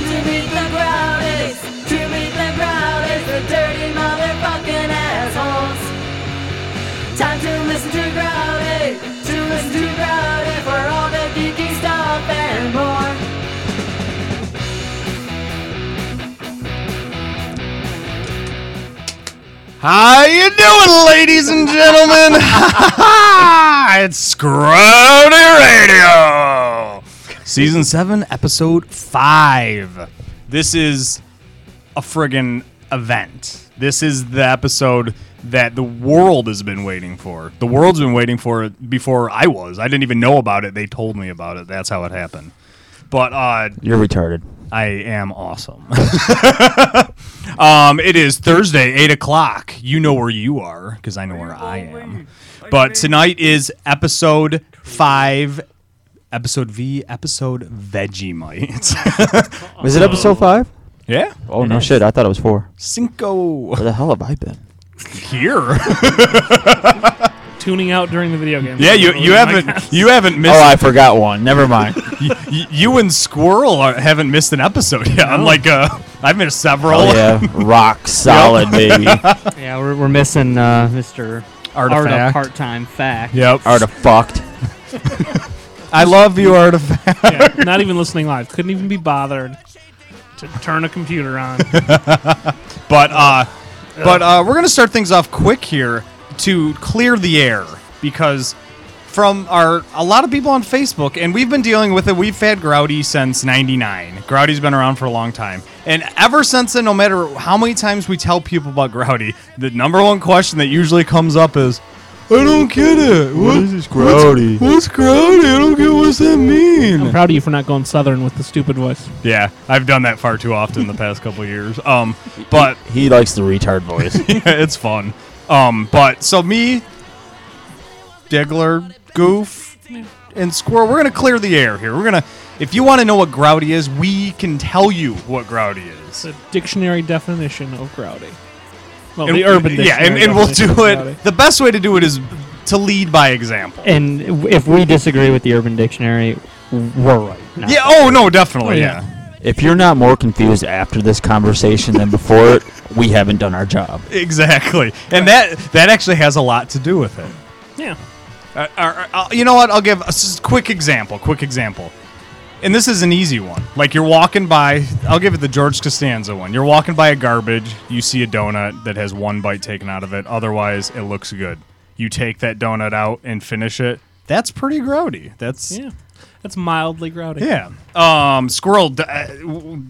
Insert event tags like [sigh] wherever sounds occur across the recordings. the brownies, treat the brownies, the dirty motherfucking assholes. Time to listen to Brownie, to listen to Brownie for all the geeky stuff and more. How you doing, ladies and gentlemen? [laughs] it's Scrody Radio, season seven, episode five. This is a friggin' event. This is the episode that the world has been waiting for. The world's been waiting for it before I was. I didn't even know about it. They told me about it. That's how it happened. But uh, You're retarded. I am awesome. [laughs] um, it is Thursday, 8 o'clock. You know where you are because I know where I am. But tonight is episode 5, episode V, episode Vegemite. [laughs] Was it episode five? yeah. Oh no shit! I thought Oh, it was four. Cinco Where the hell have I been? here. tuning out during the video game. yeah, you, you Like, haven't you haven't missed [laughs] Oh, I forgot one. Never [laughs] mind. you, you and Squirrel are, haven't missed an episode yet. Unlike uh, I've missed several. oh yeah, [laughs] rock solid baby. [laughs] Yeah, we're, we're missing uh, Mr. Artifact. Art of Part-Time [laughs] Fact. Yep. Artifact. I love you, Artifact. yeah, not even listening live. Couldn't even be bothered to turn a computer on. But uh, but uh, we're gonna start things off quick here to clear the air because from our a lot of people on Facebook, and we've been dealing with it. We've had Grouty since '99. Grouty's been around for a long time, and ever since then, no matter how many times we tell people about Grouty, the number one question that usually comes up is. I don't get it. What is this Grouty? What's, what's Grouty? I don't get what's that [laughs] mean. I'm [laughs] proud of you for not going southern with the stupid voice. Yeah, I've done that far too often the past couple years. Um, but He likes the retard [laughs] voice. yeah, [laughs] it's fun. Um, but so me, Diggler, Goof, and Squirrel, we're gonna clear the air here. We're gonna, if you want to know what Grouty is, we can tell you what Grouty is. It's a dictionary definition of growdy. Well, And- the urban yeah, and, dictionary and we'll definition do of it. growdy. The best way to do it is to lead by example. And w- if we disagree with the Urban Dictionary, we're right. No. yeah. Oh no, definitely. Oh, yeah. yeah. if you're not more confused after this conversation than before it, we haven't done our job. Exactly. And that that actually has a lot to do with it. Yeah. Uh, uh, uh, you know what? I'll give a s- quick example. Quick example. And this is an easy one. Like you're walking by, I'll give it the George Costanza one. You're walking by a garbage, you see a donut that has one bite taken out of it. Otherwise, it looks good. You take that donut out and finish it. That's pretty grody. That's Yeah. That's mildly growdy. yeah. Um, Squirrel d- uh, w-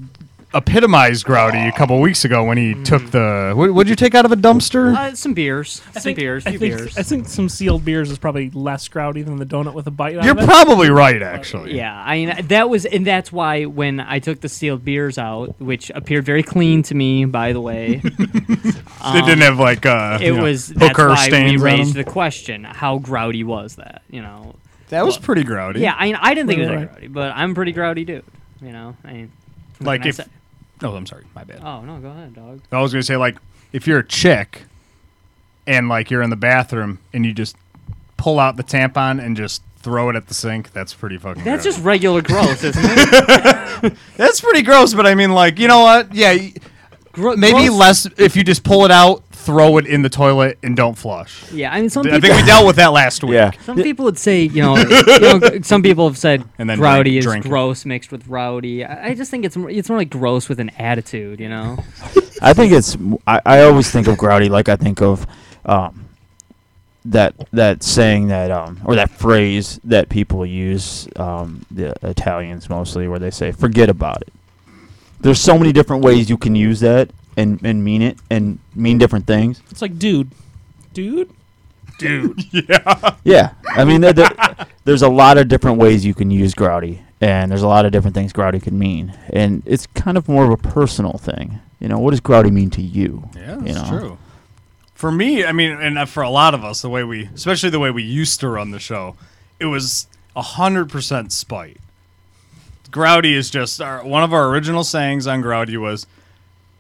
epitomized grody a couple weeks ago when he took the. What, what'd you take out of a dumpster? Uh, some beers. Mm. I some think, beers. I Few think, beers. I think some sealed beers is probably less growdy than the donut with a bite. out You're of it. probably right, actually. yeah, I mean that was, and that's why when I took the sealed beers out, which appeared very clean to me, by [laughs] the way, They didn't have like uh, it you know, was that's hooker why we stains on raised them. the question: How growdy was that? You know, That was pretty grody. yeah, I, I didn't think it was Right, that growdy, but I'm a pretty growdy dude. You know, I mean, what Like can I if- say? No, I'm sorry. My bad. oh no, go ahead, dog. I was gonna say like if you're a chick and like you're in the bathroom and you just pull out the tampon and just throw it at the sink, that's pretty fucking. That's gross. just regular gross, isn't it? that's pretty gross. But I mean, like you know what? Yeah, y- Gro- maybe gross- less if you just pull it out, throw it in the toilet, and don't flush. Yeah, I mean, some I people. think we dealt with that last week. Yeah. some people would say, [laughs] you know, you know, some people have said And then rowdy drink- is drink it. gross mixed with rowdy. I, I just think it's more, it's more like gross with an attitude, you know. I think it's. I, I always think of growdy like I think of, um, that that saying that um or that phrase that people use um the Italians mostly where they say forget about it. There's so many different ways you can use that and and mean it and mean different things. It's like, dude. Dude? Yeah, I mean there, [laughs] there- there's a lot of different ways you can use growdy and there's a lot of different things growdy can mean and it's kind of more of a personal thing. You know, what does growdy mean to you? Yeah, You that's know? true. For me, I mean, and uh, for a lot of us, the way we, especially the way we used to run the show, it was hundred percent spite. Growdy is just our, one of our original sayings on Growdy was,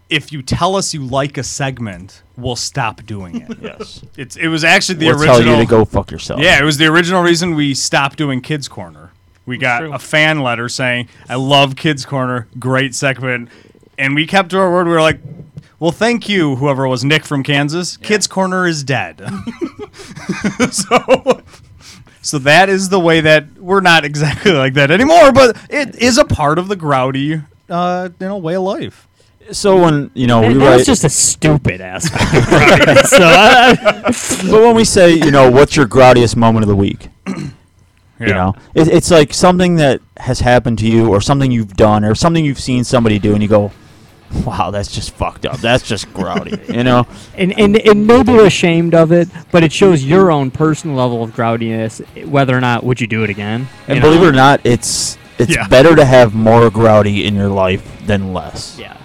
"If you tell us you like a segment, we'll stop doing it." [laughs] Yes. it's it was actually the we'll original. tell you to go fuck yourself. Yeah, it was the original reason we stopped doing Kids Corner. We got True. a fan letter saying, "I love Kids Corner, great segment. and we kept to our word. We were like, "Well, thank you, whoever it was Nick from Kansas. Kids Corner is dead." [laughs] so, so that is the way that we're not exactly like that anymore, but it is a part of the Growdy, uh, you know, way of life. So when you know we That, that write, was just a stupid [laughs] aspect of Friday, so I, but when we say you know what's your groudiest moment of the week, Yeah. you know it, it's like something that has happened to you or something you've done or something you've seen somebody do and you go, wow, that's just fucked up. That's just grouty. [laughs] you know, and, and, and maybe you're ashamed of it, but it shows your own personal level of groudiness, whether or not would you do it again. and you know? believe it or not, it's it's Yeah. better to have more grouty in your life than less. yeah,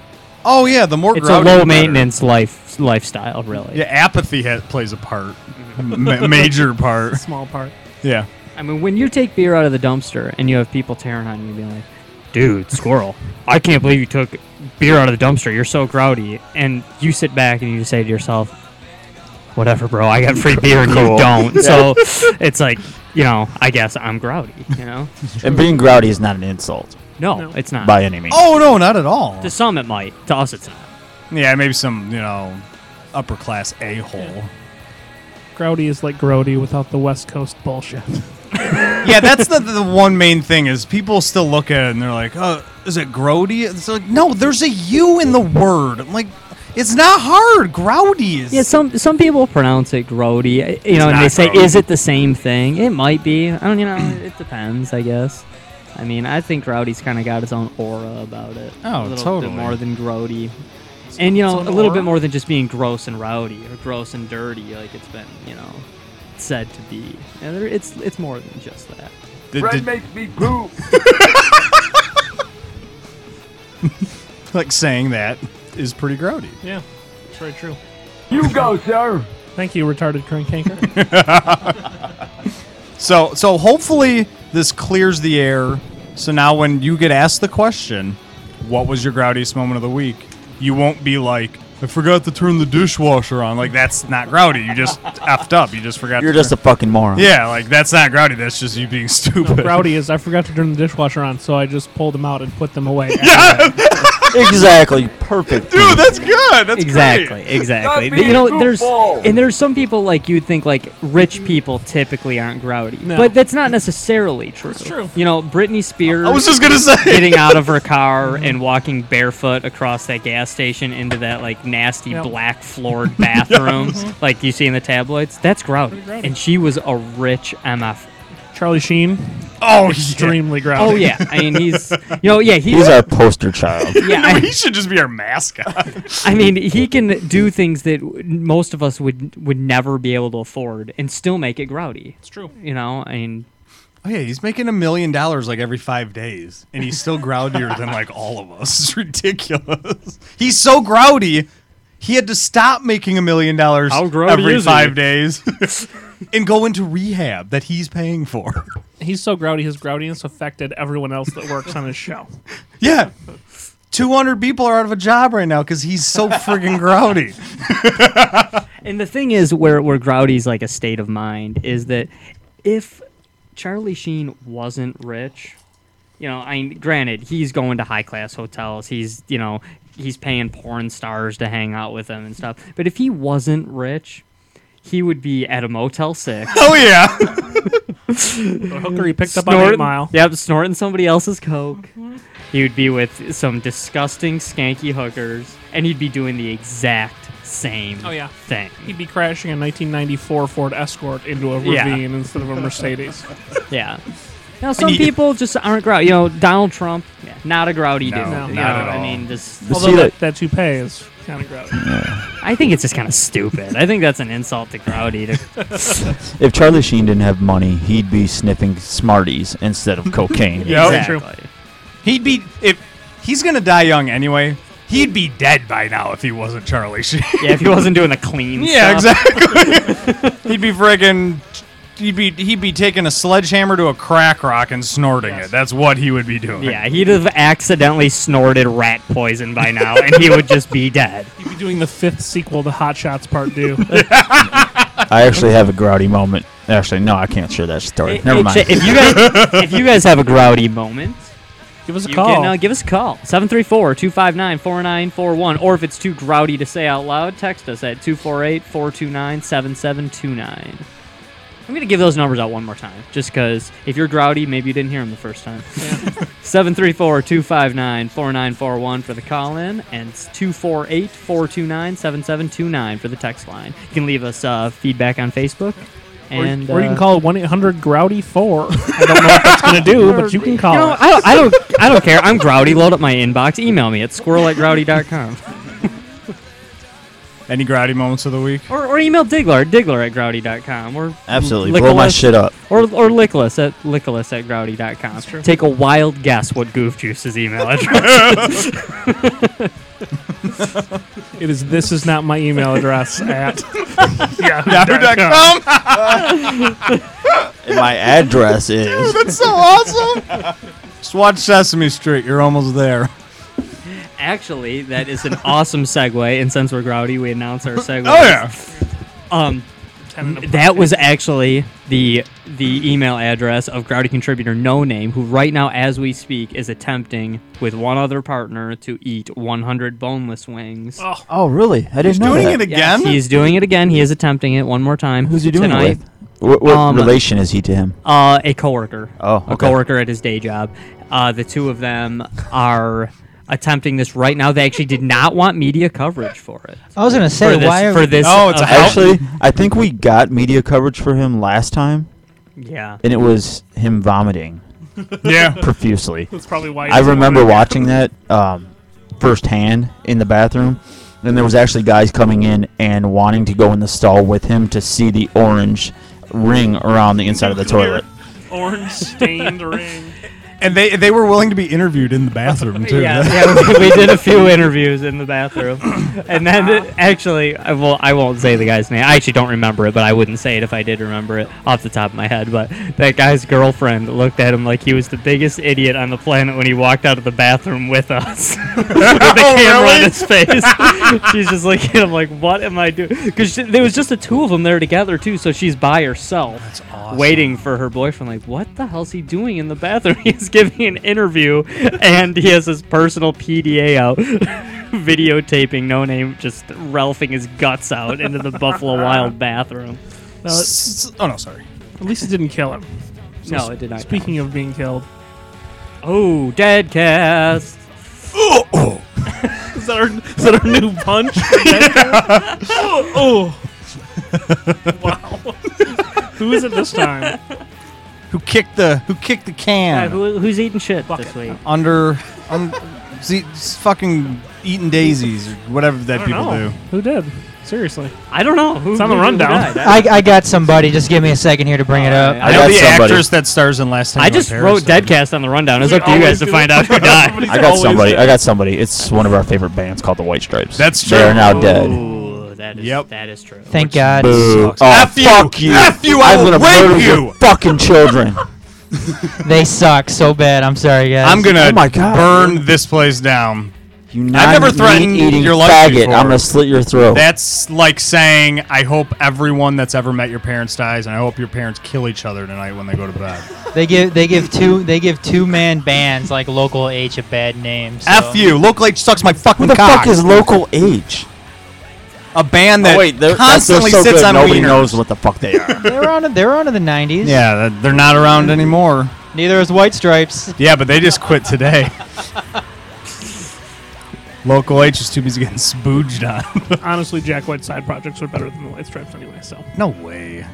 Oh yeah, the more it's growdy, a the better. low maintenance life lifestyle, really. Yeah, apathy ha- plays a part, [laughs] Ma- major [laughs] part. Small part. Yeah. I mean, when you take beer out of the dumpster and you have people tearing on you, being like, "Dude, squirrel, [laughs] I can't believe you took beer out of the dumpster. You're so grouty," and you sit back and you say to yourself, "Whatever, bro. I got free beer and you [laughs] don't." So it's like, you know, I guess I'm grouty. You know? And being grouty is not an insult No, No. it's not. by any means. Oh no, not at all. To some, it might. To us, it's not. Yeah, maybe some you know upper class a hole. Grody is like grody without the West Coast bullshit. yeah, that's the, the one main thing is people still look at it and they're like, "Oh, is it grody?" It's like, no, there's a U in the word. I'm like, it's not hard. Growdy is. Yeah, some some people pronounce it grody, uh, you know, and not they say, grody. "Is it the same thing?" It might be. I don't, you know, it depends, I guess. I mean, I think grody's kind of got its own aura about it. Oh, a little totally. bit more than grody, and you know, it's a an little bit aura. more than just being gross and rowdy or gross and dirty, like it's been, you know, said to be. Yeah, there, it's it's more than just that. Did- did- makes me poop. like saying that is pretty grody. Yeah, it's very true. You go, sir. Thank you, retarded [laughs] crank hanker. So so hopefully this clears the air. So now when you get asked the question, what was your groudiest moment of the week? You won't be like, I forgot to turn the dishwasher on. Like that's not growdy. You just [laughs] effed up. You just forgot. You're to just turn- a fucking [laughs] moron. yeah, like that's not growdy. That's just you being [laughs] stupid. Grody is I forgot to turn the dishwasher on, so I just pulled them out and put them away. exactly. Perfect. Dude, that's good. That's exactly, Great. exactly. Stop being You know, there's goofball. and there's some people like you would think like rich people typically aren't growdy, No. but that's not necessarily true. true. You know, Britney Spears I was just Mm-hmm. gonna say. getting out of her car and walking barefoot across that gas station into that like nasty Yep. Mm-hmm. [laughs] black floored bathroom, like you see in the tabloids. That's growdy. growdy. And she was a rich MF. Charlie Sheen, [laughs] Oh, yeah. extremely grody. Oh yeah, I mean he's you [laughs] know yeah he's. He's our poster child. yeah, No, I- he should just be our mascot. I mean, he can do things that w- most of us would would never be able to afford, and still make it grouty. it's true. You know, I mean, oh yeah, he's making a million dollars like every five days, and he's still groudier than like all of us. [laughs] It's ridiculous. He's so groudy, he had to stop making a million dollars How growdy every is five he? days, [laughs] and go into rehab that he's paying for. [laughs] He's so grody. His growdiness affected everyone else that works on his show. [laughs] yeah. 200 people are out of a job right now because he's so friggin' [laughs] groudy. and the thing is, where where grouty's like a state of mind is that if Charlie Sheen wasn't rich, you know, I mean, granted, he's going to high class hotels. He's you know, he's paying porn stars to hang out with him and stuff. But if he wasn't rich, he would be at a Motel Six. Oh, yeah. The hooker he picked up on Snorting- Eight Mile. Yep, snorting somebody else's coke. Mm-hmm. He would be with some disgusting skanky hookers, and he'd be doing the exact same Oh, yeah. thing. He'd be crashing a 1994 Ford Escort into a Yeah. ravine instead of a [laughs] Mercedes. Yeah. Now some people just aren't grouty. You know, Donald Trump, not a grouty No, dude. not you at know, all. I mean, just But Although see that, that- that toupee is kind of grody. I think it's just kind of stupid. I think that's an insult to [laughs] grouty. To, If Charlie Sheen didn't have money, he'd be sniffing Smarties instead of cocaine. Yeah. Yep. exactly. [laughs] He'd be if he's gonna die young anyway. He'd be dead by now if he wasn't Charlie Sheen. Yeah, if he wasn't doing the clean. stuff. exactly. [laughs] he'd be friggin' he'd be he'd be taking a sledgehammer to a crack rock and snorting it. That's what he would be doing. Yeah, he'd have accidentally snorted rat poison by now, and he would just be dead. He'd be doing the fifth sequel to Hot Shots Part [laughs] 2. I actually have a grouty moment. Actually, no, I can't share that story. Hey, Never hey, mind. [laughs] Ch- If you guys, if you guys have a grouty moment, Give us a You call. can uh, give us a call 734-259-4941 or if it's too grouty to say out loud text us at 248-429-7729 i'm gonna give those numbers out one more time just because if you're grouty maybe you didn't hear them the first time [laughs] 734-259-4941 for the call in and it's 248-429-7729 for the text line you can leave us uh, feedback on facebook or, and or you can uh, call one eight hundred grouty four. I don't know what that's gonna do, but [laughs] you can call. No, it. I don't, I don't. I don't care. I'm grouty. Load up my inbox. Email me at squirrel at grouty.com. [laughs] Any grouty moments of the week? Or, or email Diglar, diglar at grouty.com. Or Absolutely. Lick Blow my Less- shit up. Or, or Lickless at Lickless at grouty.com. Take a wild guess what Goof Juice's email address It is. This is not my email [laughs] address at. yeah. [laughs] Yahoo.com. [laughs] And my address is. That's so awesome. [laughs] Just watch Sesame Street. You're almost [laughs] there. [laughs] Actually, that is an awesome segue. And since we're grouty, we announce our segue. Oh yeah. Um, that was actually the the email address of Grouty contributor No Name, who right now, as we speak, is attempting with one other partner to eat 100 boneless wings. Oh, really? I didn't know Doing that. it again? He's doing it again. He is attempting it one more time. Who's he doing tonight. it with? What, what Um, relation is he to him? Uh, a coworker. Oh, a okay. coworker at his day job. Uh, the two of them are attempting this right now. They actually did not want media coverage for it. I was gonna say for this, why are for this? Oh, it's a event. help. Actually, I think we got media coverage for him last time, Yeah. and it was him vomiting [laughs] Yeah. profusely. That's probably why. I he's remember doing it. watching that um, firsthand in the bathroom. And there was actually guys coming in and wanting to go in the stall with him to see the orange ring around the inside of the toilet. orange stained ring. And they they were willing to be interviewed in the bathroom too. [laughs] Yeah, yeah we, we did a few interviews in the bathroom, [coughs] and then it- actually, I will. I won't say the guy's name. I actually don't remember it, but I wouldn't say it if I did remember it off the top of my head. But that guy's girlfriend looked at him like he was the biggest idiot on the planet when he walked out of the bathroom with us, [laughs] with the camera in his face. she's just looking at him like, "What am I doing?" Because there was just the two of them there together too, so she's by herself [laughs] waiting for her boyfriend. Like, what the hell's he doing in the bathroom? [laughs] He's giving an interview, and he has his personal PDA out, [laughs] videotaping No Name just ralphing his guts out into the Buffalo Wild bathroom. No, it- S- Oh no, sorry. at least it didn't kill him. No, it did not. Speaking of being killed, Oh, dead cast. [laughs] is that our, is that our new punch? [laughs] oh, oh. wow. Who is it this [laughs] time? Who kicked the Who kicked the Uh, can who, who's eating shit this Bucket. week? under un, [laughs] z- s- fucking eating daisies or whatever that people do? Who did? [laughs] Seriously. I don't know. Who, It's on the who- who rundown. died? I, I got somebody. Just give me a second here to bring it up. I I know got the somebody. actress that stars in Last Time. I on just Paris wrote started. Deadcast on the rundown. It's We up to you guys always to do find that. [laughs] out who died. Somebody's I got always somebody. dead. I got somebody. It's one of our favorite bands called the White Stripes. That's They are true. now dead. Ooh, that is, Yep. that is true. Thank God. Boo. sucks. [laughs] Oh, F you. fuck you. F you, I am will gonna rape murder you. your [laughs] fucking children. They suck so bad. I'm sorry, guys. I'm gonna Oh my God. burn this place down. You never non-meat threatened eating your life faggot. before. I'm gonna slit your throat. That's like saying, I hope everyone that's ever met your parents dies, and I hope your parents kill each other tonight when they go to bed. They give they give two they give two man bands like local H a bad name. So. [laughs] F you. Local H sucks my fucking Who the cock. fuck is local H? a band that oh, wait, they're, that's- they're constantly so sits good, on Nobody wieners. knows what the fuck they [laughs] are. They were on they were on in the '90s. Yeah, that- they're not around anymore. Neither is White Stripes. Yeah, but they just quit [laughs] today. Local H is too busy getting spooged on. Honestly, Jack White's side projects were better than the White Stripes anyway, so. no way.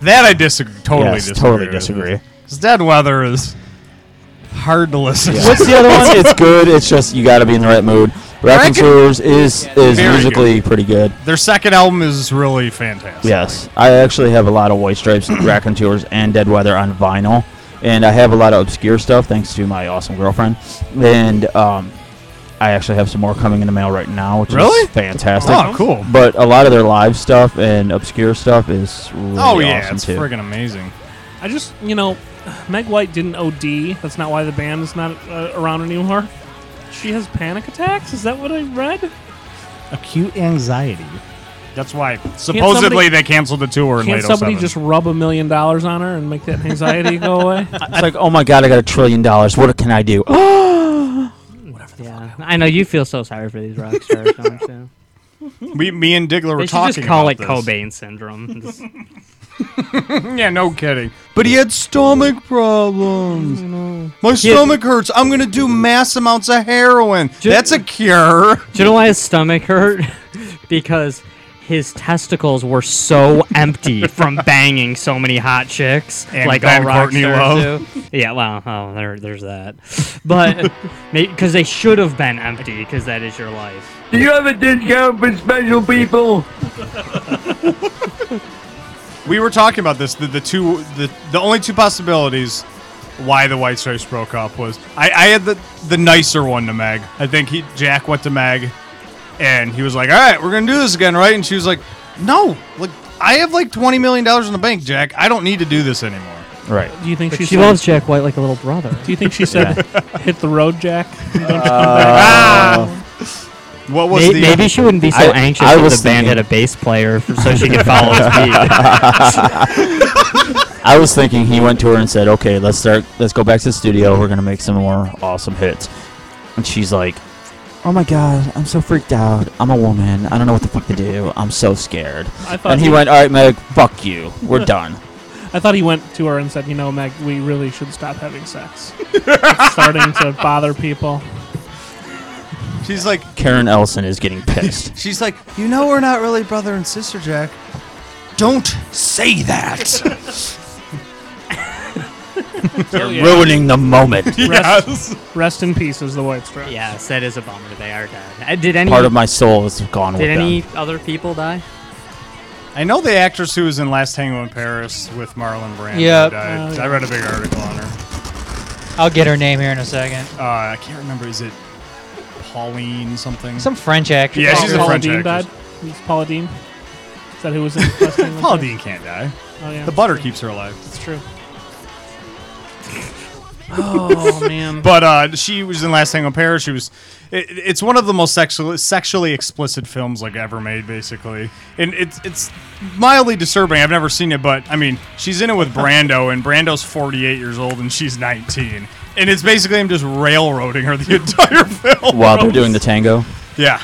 That I disagree. Totally yes, disagree. totally with. disagree. 'Cause Dead Weather is hard to listen to. [laughs] What's the other one? it's good. It's just you got to be in the right mood. Reckon- Raconteurs is is Very musically pretty good. Their second album is really fantastic. Yes, I actually have a lot of White [clears throat] Stripes, Raconteurs, and Dead Weather on vinyl, and I have a lot of obscure stuff thanks to my awesome girlfriend. And um, I actually have some more coming in the mail right now, which Really? is fantastic. Oh, cool. But a lot of their live stuff and obscure stuff is really Oh yeah, awesome it's too. friggin' amazing. I just, you know, Meg White didn't OD. That's not why the band is not uh, around anymore. She has panic attacks? Is that what I read? Acute anxiety. That's why supposedly somebody- they canceled the tour in Can't late somebody 07. just rub a million dollars on her and make that anxiety go [laughs] away? It's like, oh my god, I got a trillion dollars. What can [gasps] I do? Yeah, I know you feel so sorry for these rock [laughs] stars. don't you? we, me and Diggler They were should talking just call it about this. Cobain syndrome. [laughs] Just- Yeah, no kidding. But he had stomach problems. My stomach hurts. I'm gonna do mass amounts of heroin. That's a cure. Do you know why his stomach hurt? [laughs] because his testicles were so empty [laughs] from banging so many hot chicks, And like Glenn all rock Courtney stars Love. do. Yeah, well, oh, there, there's that. [laughs] But because they should have been empty, because that is your life. Do you have a discount for special people? We were talking about this. The, the two, the, the only two possibilities why the White Stripes broke up was I, I had the the nicer one to Meg. I think he Jack went to Meg, and he was like, "All right, we're gonna do this again, right?" And she was like, "No, like I have like twenty million dollars in the bank, Jack. I don't need to do this anymore." Right. Do you think But she, she, said, loves Jack White like a little brother. Do you think she said, "Hit the road, Jack"? What was Maybe, the she wouldn't be so I- anxious I if was the band thinking- had a bass player for, so she could follow [laughs] his lead. I was thinking he went to her and said, "Okay, let's start. Let's go back to the studio. We're gonna make some more awesome hits." And she's like, "Oh my god, I'm so freaked out. I'm a woman. I don't know what the fuck to do. I'm so scared." I thought And he he- went, "All right, Meg, fuck you. [laughs] We're done." I thought he went to her and said, "You know, Meg, we really should stop having sex. It's starting to bother people." She's like, Karen Ellison is getting [laughs] pissed. She's like, you know, we're not really brother and sister, Jack. Don't say that. Oh, Ruining the [laughs] moment. yes. Rest in peace is the White Stripes. yes, that is a bummer. They are dead. Uh, Did any? Part of my soul is gone with did them. any other people die? I know the actress who was in Last Tango in Paris with Marlon Brando. Yep. died. I read a big article on her. I'll get her name here in a second. Uh, I can't remember. Is it Pauline something? Some French actress. Yeah, she's a Paula French Dean actress. died. Was Paula Dean? Is that who was in West England? Paula Dean can't die. Oh yeah, The butter keeps her alive. That's true. Oh man. But uh, she was in Last Tango in Paris. She was. It, it's one of the most sexually sexually explicit films like ever made, basically, and it's it's mildly disturbing. I've never seen it, but I mean, she's in it with Brando, and Brando's 48 years old, and she's 19, and it's basically him just railroading her the [laughs] entire film. While they're doing the tango, yeah.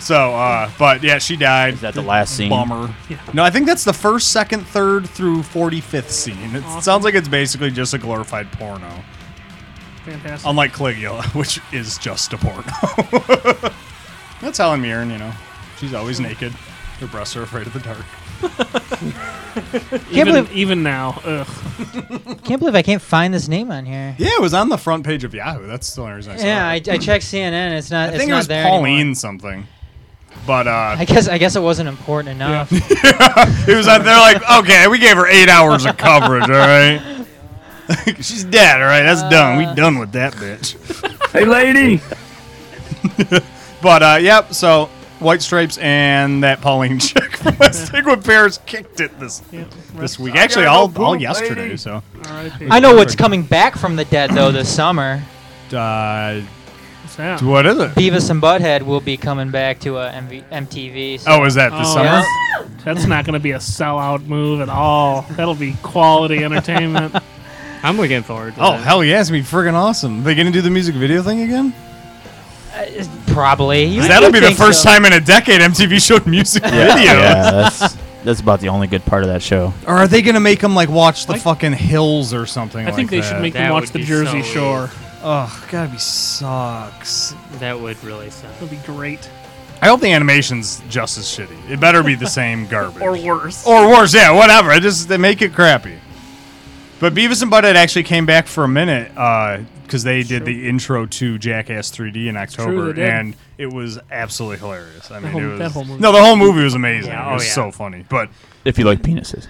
So, uh, but yeah, she died. Is that the last scene? Bummer. No, I think that's the first, second, third through 45th scene. It sounds like it's basically just a glorified porno. Fantastic. Um, Unlike Caligula, [laughs] which is just a porno. [laughs] That's Helen Mirren, you know. She's always naked. Her breasts are afraid of the dark. Can't even, believe, even now, ugh. can't believe I can't find this name on here. Yeah, it was on the front page of Yahoo. That's the only reason I saw Yeah, I, I it. checked CNN. It's not. I it's think it not was there Pauline anymore. something. But uh, I guess I guess it wasn't important enough. [laughs] it was on. They're like, okay, we gave her eight hours of coverage. All right, [laughs] she's dead. All right, that's done. We done with that bitch. Hey, lady. But uh, yep. So White Stripes and that Pauline [laughs] chick from West England Paris kicked it this this week. Actually, gotta go all all poop, yesterday. lady. So R.I.P. I know what's coming back from the dead though this summer. Uh, Sam. what is it? Beavis and Butthead will be coming back to uh, MV- MTV. So. Oh, is that this Oh, summer? yeah. That's not going to be a sellout move at all. That'll be quality entertainment. I'm looking forward. To Oh that. hell yeah, it's gonna be friggin' awesome. They gonna do the music video thing again? Uh, Probably. You- That'll you'd be the think first so. time in a decade MTV showed music video. yeah, that's that's about the only good part of that show. Or are they gonna make them like watch the Like- fucking hills or something? I think they should make them That watch would the be Jersey so Shore. Oh, gotta be sucks. That would really suck. It'll be great. I hope the animation's just as shitty. It better be the same garbage. Or worse. Or worse, yeah, whatever. I just they make it crappy. But Beavis and Butthead actually came back for a minute because they did the intro to Jackass 3D in October, they did. and it was absolutely hilarious. I mean, whole- it was that whole movie. no, the whole movie was amazing. Yeah, it oh, was yeah. so funny. But If you like penises,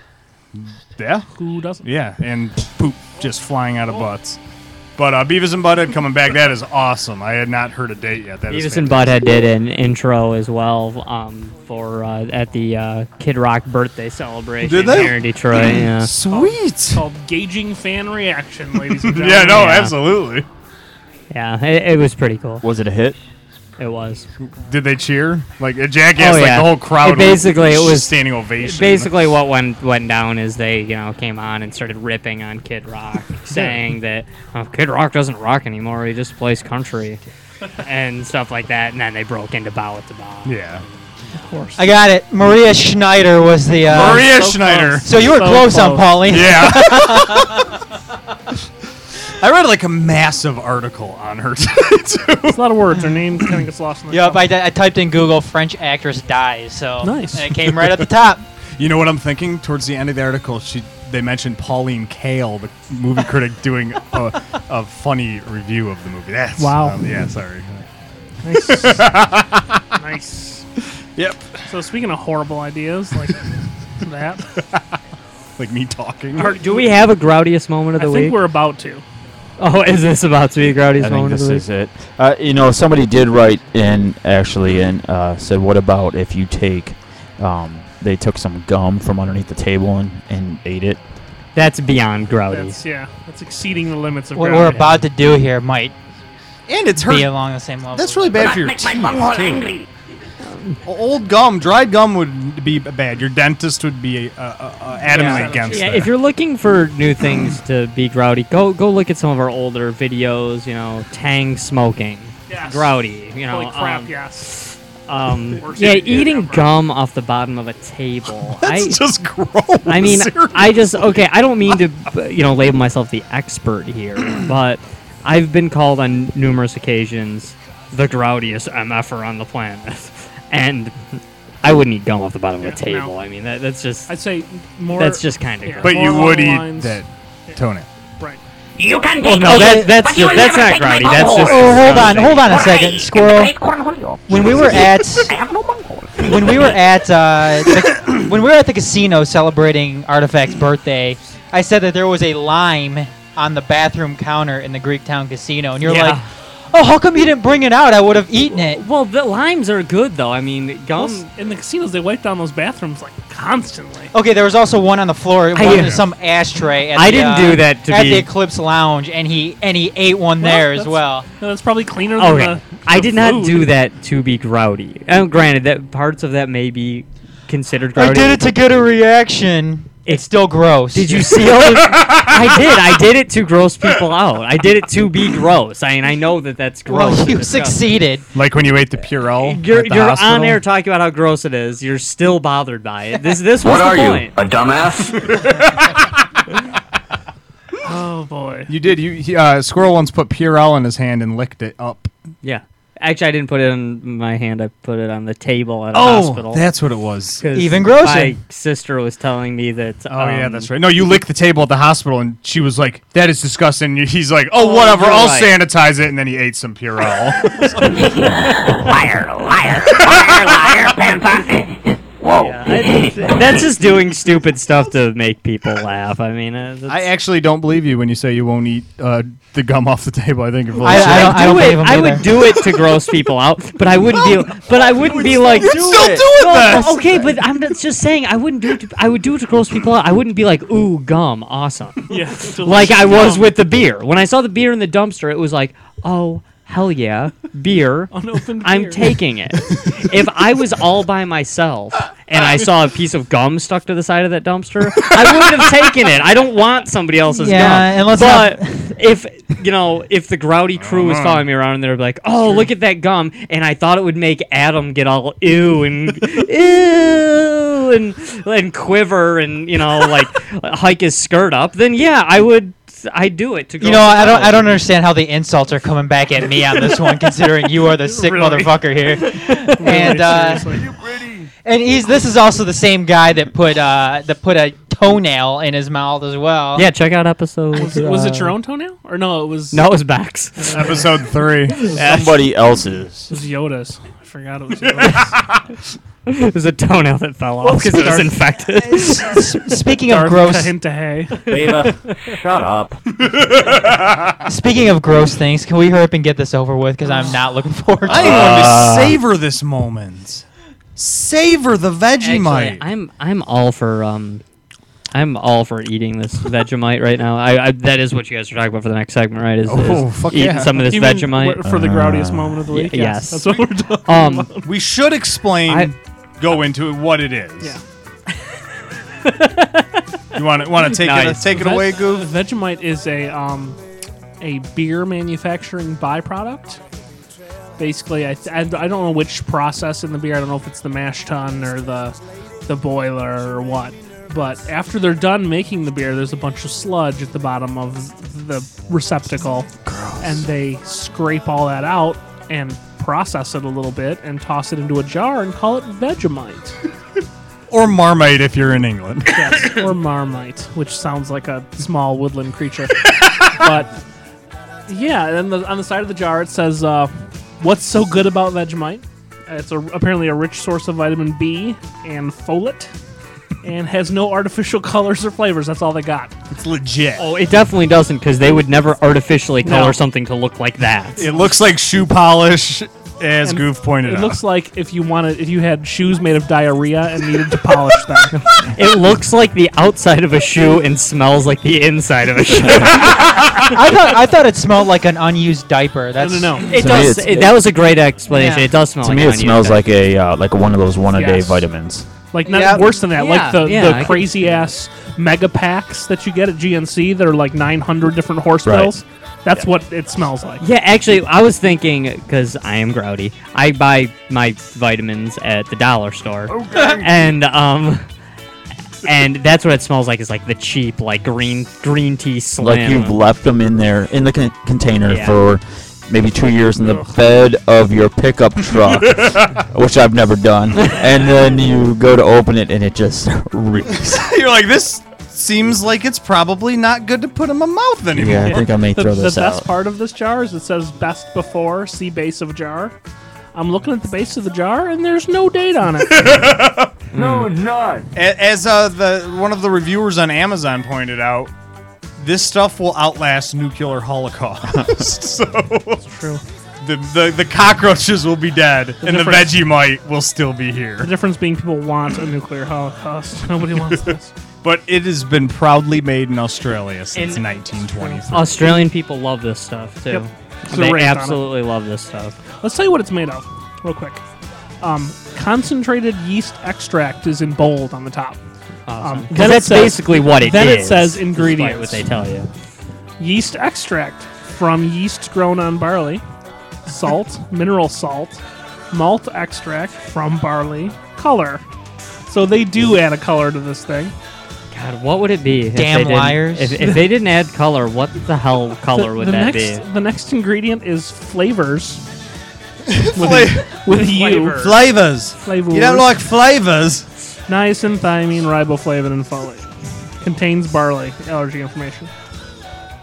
yeah, Who doesn't? yeah, and poop just flying out of butts. But uh, Beavis and Butthead coming back, that is awesome. I had not heard a date yet. That is Beavis and fantastic. Butthead did an intro as well um, for uh, at the uh, Kid Rock birthday celebration Did they? here in Detroit. yeah. Sweet. Called gauging fan [laughs] reaction, ladies and gentlemen. Yeah, no, Yeah. absolutely. Yeah, it, it was pretty cool. was it a hit? It was Did they cheer? Like a jackass, Oh, like yeah. the whole crowd. It basically- it was was- standing ovation. basically what went went down is they you know came on and started ripping on Kid [laughs] Rock, saying that oh, Kid Rock doesn't rock anymore; he just [laughs] plays country and stuff like that. And then they broke into bow at the bow. Yeah. I got it. Maria Schneider was the. Uh, Maria so Schneider. [laughs] close. So you were So close, on close. [laughs] Paulie. Yeah. I read like a massive article on her. [laughs] too. It's a lot of words. Her name kind of gets lost in the Yup, shuffle. I, di- I typed in Google French actress dies. So Nice. And it came right at [laughs] the top. you know what I'm thinking? Towards the end of the article, she they mentioned Pauline Kael, the movie critic, doing a, a funny review of the movie. That's Wow. um, yeah. Sorry. [laughs] Nice. nice. Yep. So speaking of horrible ideas [laughs] like that, Like me talking. Our- Do we have a groudiest moment I of the think week? we're about to. oh, [laughs] is this about to be groudiest I think moment of this the week? is it. Uh, you know, somebody did write in actually and uh, said, "What about if you take?" Um, they took some gum from underneath the table and, and ate it. That's beyond That's groudies. yeah. That's exceeding the limits of What gravity. we're about to do here might and it's be her. along the same level. That's really bad for your teeth. too. Old gum, dried gum would be bad. Your dentist would be uh, uh, uh, adamant Yeah. against Yeah, that. if you're looking for new things to be grouty, go go look at some of our older videos. You know, Tang smoking, Yes. grouty. You know, Holy crap! um, yes. Um, Worst yeah, idea eating ever. gum off the bottom of a [laughs] table. That's I, just gross. I mean, Seriously. I just okay. I don't mean to, b- you know, label myself the expert here, [clears throat] but I've been called on numerous occasions the groudiest mf'er on the planet, [laughs] and I wouldn't eat gum off the bottom of a Yeah, no. table. I mean, that, that's just I'd say more. that's just kind of. yeah. gross. [laughs] but more you along would the eat lines- that toenail. Right. You can Well, take no, me, that, that's but you just, will that's never not take my grouty. That's bunghole. just. Oh, hold on, disgusting. hold on a I second, am the squirrel. great cornholio. When we [laughs] were at I have no bunghole. when we were at uh, the, when we were at the casino celebrating Artifact's birthday, I said that there was a lime on the bathroom counter in the Greektown Casino, and you're Yeah. like, "Oh, how come you didn't bring it out? I would have eaten it." Well, the limes are good though. I mean, Plus, gum. in the casinos, they wipe down those bathrooms like constantly. Okay, there was also one on the floor, one didn't- in some ashtray. At I the, didn't uh, do that to at be- the Eclipse Lounge, and he and he ate one there as that's- well. No, that's probably cleaner than Okay, the. Oh, I the did not food. do that to be grouty. And granted, that parts of that may be considered grouty. I did it to get a reaction. It's still Oh, gross. Did you see all the I did. I did it to gross people out. I did it to be gross. I mean, I know that that's gross. [laughs] Well, and you disgusting. succeeded. Like when you ate the Purell. You're, at the you're hospital? on air talking about how gross it is. You're still bothered by it. This this was What are the you? point. [laughs] A dumbass? Oh [laughs] boy. You did. You he, uh, squirrel once put Purell in his hand and licked it up. Yeah. Actually, I didn't put it in my hand. I put it on the table at a Oh. hospital. Oh, that's what it was. 'Cause Even grosser. My sister was telling me that. Oh yeah, um, that's right. No, you licked the table at the hospital, and she was like, "That is disgusting." And He's like, "Oh, Oh, whatever. you're I'll right. sanitize it." And then he ate some [laughs] Purell. [laughs] Liar, liar, liar, liar, pants on. Whoa. yeah, I- that's just doing stupid stuff to make people laugh. I mean, uh, that's- I actually don't believe you when you say you won't eat uh, the gum off the table. I think you're full of I- shit. I don't- I, do don't it. believe him I would either. do it to gross people out, but I wouldn't be. But I wouldn't be like. You'd still do it. then. No, okay, but I'm not- just saying I wouldn't do. It to, I would do it to gross people out. I wouldn't be like, ooh, gum, awesome, Yeah. [laughs] like I was delicious. [laughs] with the beer. When I saw the beer in the dumpster, it was like, oh hell yeah, [laughs] beer. Oh, Unopened I'm beer. [laughs] taking it. if I was all by myself and I saw a piece of gum stuck to the side of that dumpster, I wouldn't have taken it. I don't want somebody else's Yeah, gum. and let's but if you know, if the grouty crew Uh-huh. was following me around and they're like, "Oh, look at that gum," and I thought it would make Adam get all ew [laughs] and ew and and quiver and you [laughs] know like hike his skirt up, then yeah, I would. I would do it to go. You know, I don't, I don't understand how the insults are coming back at me on this one, considering you [laughs] are the sick Really? motherfucker [laughs] here. and uh, Seriously. and he's this is also the same guy that put uh, that put a toenail in his mouth as well. Yeah, check out episode. uh, Was it, was it your own toenail? Or no, it was. No, it [laughs] was Bax. [laughs] Episode three. Somebody else's. It was Yoda's. I forgot [laughs] it was Yoda's. it was a toenail that fell off because it was infected. S- Speaking of Darth gross, Kahintahe. Beta, [laughs] shut up. speaking of gross things, can we hurry up and get this over with? Because I'm not looking forward to I it. want to savor this moment. Savor the Vegemite. I'm I'm all for um I'm all for eating [laughs] this Vegemite right now. I, I that is what you guys are talking about for the next segment, right? Is, Oh, is fuck eating yeah. some of [laughs] this You mean Vegemite. wh- for the groudiest moment of the y- week. yes, yes. that's what we're talking. um, [laughs] We should explain, I- go into it, what it is. Yeah. [laughs] you want to want to take Nice. it take it Ve- away, Goof? Vegemite is a um, a beer manufacturing byproduct. Basically, I, th- I I don't know which process in the beer. I don't know if it's the mash tun or the the boiler or what. But after they're done making the beer, there's a bunch of sludge at the bottom of the receptacle, and they scrape all that out and process it a little bit and toss it into a jar and call it Vegemite. Or Marmite if you're in England. Yes, or marmite, which sounds like a small woodland creature. but yeah, and then the, on the side of the jar it says, uh, "What's so good about Vegemite?" Uh, It's a, apparently a rich source of vitamin B and folate, and has no artificial [laughs] colors or flavors. That's all they got. It's legit. oh, it definitely doesn't because they would never artificially color No. something to look like that. It looks like shoe polish, as And Goof pointed It out. looks like if you wanted, if you had shoes made of diarrhea and needed to polish them. it [laughs] looks like the outside of a shoe and smells like the inside [laughs] of a shoe. [laughs] I thought I thought it smelled like an unused diaper. I That's don't know. It To me, does. it's- it- that was a great explanation. Yeah. It does smell. To like me, an it onion smells dip. like a uh, like one of those one a day Yes. vitamins. Like not Yeah. worse than that. Yeah, like the, yeah, I the can- crazy ass mega packs that you get at GNC that are like 900 different horse Right. pills. That's what it smells like. Yeah, actually, I was thinking because I am grouty. I buy my vitamins at the dollar store, and um, and that's what it smells like. Is like the cheap, like green green tea slim. Like you've left them in there in the con- container Yeah. for maybe two years in the bed of your pickup [laughs] truck, which I've never done, and then you go to open it and it just [laughs] reeks. [laughs] You're like, this seems like it's probably not good to put in my mouth anymore. Yeah, I think I may The, throw the this best out. part of this jar is it says best before, see base of jar. I'm looking at the base of the jar and there's no date on it. No, none. A- As uh, the one of the reviewers on Amazon pointed out, this stuff will outlast nuclear holocaust. [laughs] so True. the, the the cockroaches will be dead, and the difference- Vegemite will still be here. The difference being people want a nuclear holocaust. [laughs] Nobody wants this. But it has been proudly made in Australia since 1923. Australian people love this stuff too. Yep. It's a They rant on it. absolutely love this stuff. Let's tell you what it's made of, real quick. Um, concentrated yeast extract is in bold on the top. Um, 'Cause that's basically what it then it is, says despite ingredients. What they tell you. yeast extract from yeast grown on barley, salt, [laughs] mineral salt, malt extract from barley, color. So they do add a color to this thing. God, what would it be? if Damn they didn't- liars. If, if they didn't add color, what the hell color would the that next, be? The next ingredient is flavors. with, a, with [laughs] a U. [laughs] Flavor. Flavors. Flavors. You don't like flavors? Niacin, thiamine, riboflavin, and folate. Contains barley. Allergy information.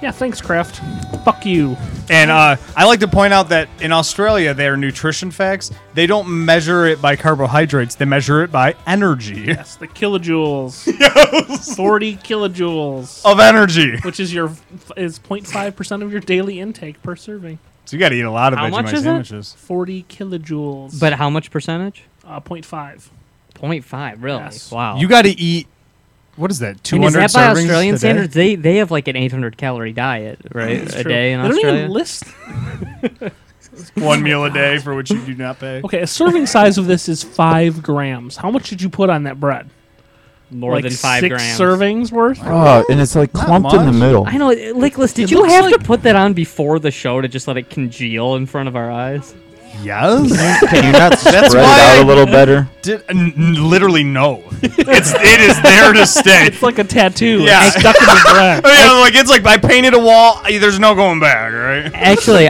Yeah, thanks, Kraft. Fuck you. And uh, I like to point out that in Australia, their nutrition facts, they don't measure it by carbohydrates, they measure it by energy That's the kilojoules. [laughs] 40 kilojoules. [laughs] of energy. which is your is 0.5 percent of your daily intake per serving. So you got to eat a lot of How much Vegemite is it? sandwiches. Forty kilojoules, But how much percentage? uh, 0.5. 0.5, really? Yes. Wow. You got to eat. What is that? Oh. And Two is hundred that by servings Australian a day? standards? They they have like an 800 calorie diet, right? It's a true. day in they don't Australia. even list. [laughs] One meal a day for which you do not [laughs] pay. Okay, a serving size of this is five grams. How much did you put on that bread? More like than five six grams. servings worth. Oh, and it's like Not clumped in the much. middle. I know, uh, Nicholas. Did It you looks have like- to put that on before the show to just let it congeal in front of our eyes? Yes. Can [laughs] you not spread it why out I- a little better? Did, n- n- literally no. It's it is there to stay. It's like a tattoo. Yeah. It's stuck in [laughs] the bread. Oh, yeah, like it's like I painted a wall. I- There's no going back, right? Actually,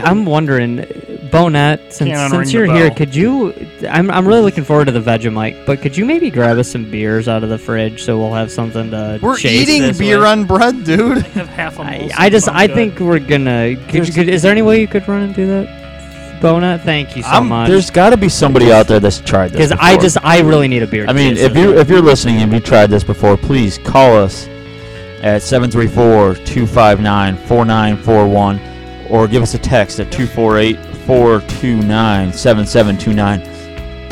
[laughs] I'm wondering, Bonat, since, Can't unring since the you're here, bell. could you? I'm, I'm really looking forward to the Vegemite, but could you maybe grab us some beers out of the fridge so we'll have something to? We're chase eating this beer with? on bread, dude. Have half a I, mold, I just so I good. think we're gonna. Could, you- could, is there any way you could run and do that, Bonat? Thank you so I'm- much. There's got to be somebody out there that's tried this. Because I before. just I really need a beer. I mean, if you if you're listening and you tried this before, please call us at 734-259-4941 or give us a text at 248-429-7729.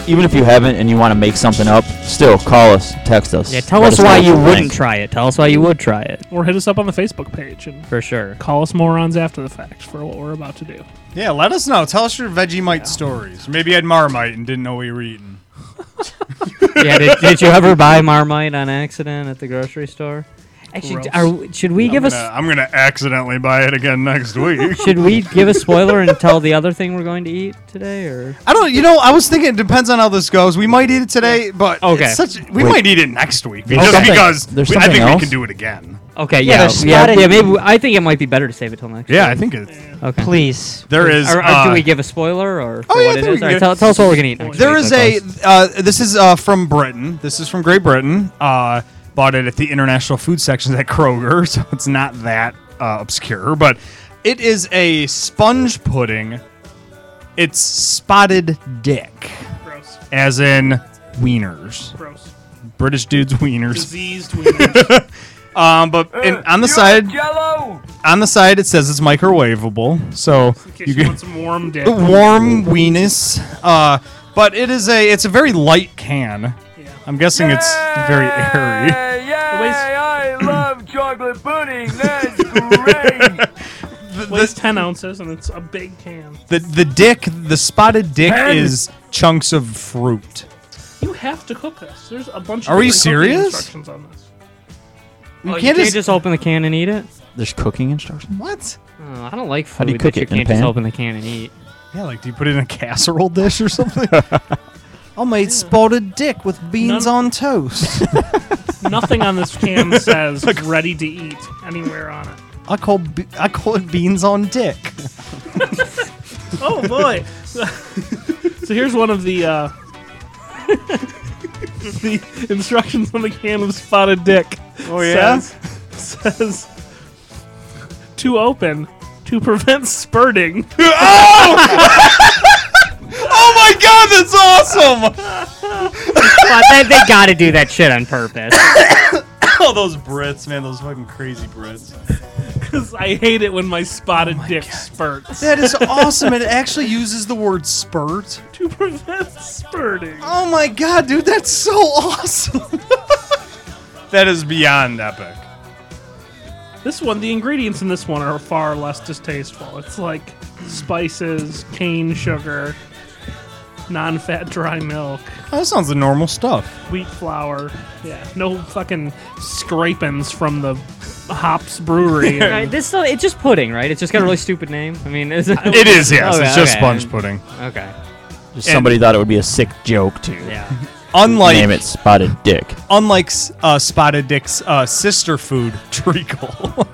even if you haven't and you want to make something up, still call us, text us. Yeah, tell Let us why know you what wouldn't think. try it. Tell us why you would try it. Or hit us up on the Facebook page and For sure. call us morons after the fact for what we're about to do. Yeah, let us know. Tell us your Vegemite stories. Maybe you had Marmite and didn't know what you were eating. yeah, did, did you ever buy Marmite on accident at the grocery store? Actually, d- are, should we give I'm us gonna, I'm gonna accidentally buy it again next [laughs] week. should we give a spoiler and tell the other thing we're going to eat today or I don't. You know, I was thinking it depends on how this goes. We might eat it today, but Okay. it's such, we Wait. might eat it next week There's just something- because there's we, I think something we else? can do it again. Okay, Yeah, yeah. there's Yeah, not yeah, any- maybe w- I think it might be better to save it till next. Yeah, week. I think it. Okay. Please. There is. Or, or uh, do we give a spoiler or for oh, yeah, what I it think we is? can give- All right, tell, tell us what we're gonna eat next. There week, is I a. suppose. Uh, this is uh, from Britain. This is from Great Britain. Uh, bought it at the international food sections at Kroger, [laughs] so it's not that uh, obscure. But it is a sponge pudding. It's spotted dick, Gross. as in wieners. Gross. British dudes wieners. Diseased [laughs] wieners. Um, but Uh, in, on the side, Jello. on the side it says it's microwavable, so In case you you, can want some warm [laughs] dick. [laughs] warm weenus. Uh, but it is a it's a very light can. Yeah. I'm guessing it's very airy. [laughs] Hey, yeah, least- I love chocolate pudding. That's [laughs] great. Weighs 10 ounces and it's a big can. The the dick, the spotted dick is chunks of fruit. You have to cook this. There's a bunch of Are we different cooking serious? instructions on this. You Oh, you can't just, open the can and eat it. There's cooking instructions. what? Oh, I don't like food. How do you cook that it? You In a can't just pan? open the can [laughs] and eat. Yeah, like do you put it in a casserole dish or [laughs] something? I made spotted dick with beans None- on toast. Nothing on this can [laughs] says ready to eat anywhere on it. I call be- I call it beans on dick. Oh [laughs] boy. so here's one of the uh, [laughs] the instructions on the can of spotted dick. Oh yeah? Says, [laughs] says to open to prevent spurting. [laughs] [laughs] Oh my god, that's [laughs] awesome! But they, they gotta do that shit on [coughs] purpose. All Oh, those Brits, man, those fucking crazy Brits. Cause I hate it when my spotted Oh dick spurts. [laughs] That is awesome. and it actually uses the word spurt. to prevent spurting. Oh my god, dude, that's so awesome. [laughs] that is beyond epic. This one, the ingredients in this one are far less distasteful. It's like spices, cane sugar, non-fat dry milk, that sounds the normal stuff. wheat flour. Yeah, no fucking scrapings from the hops brewery. All right, and- this still, it's just pudding, right? It's just got a really stupid name. I mean, is it, [laughs] It is, yes. Okay, it's just okay. sponge pudding. Okay. Just somebody thought it would be a sick joke to Yeah. Unlike name it Spotted Dick. unlike uh, Spotted Dick's uh, sister food, [laughs] treacle.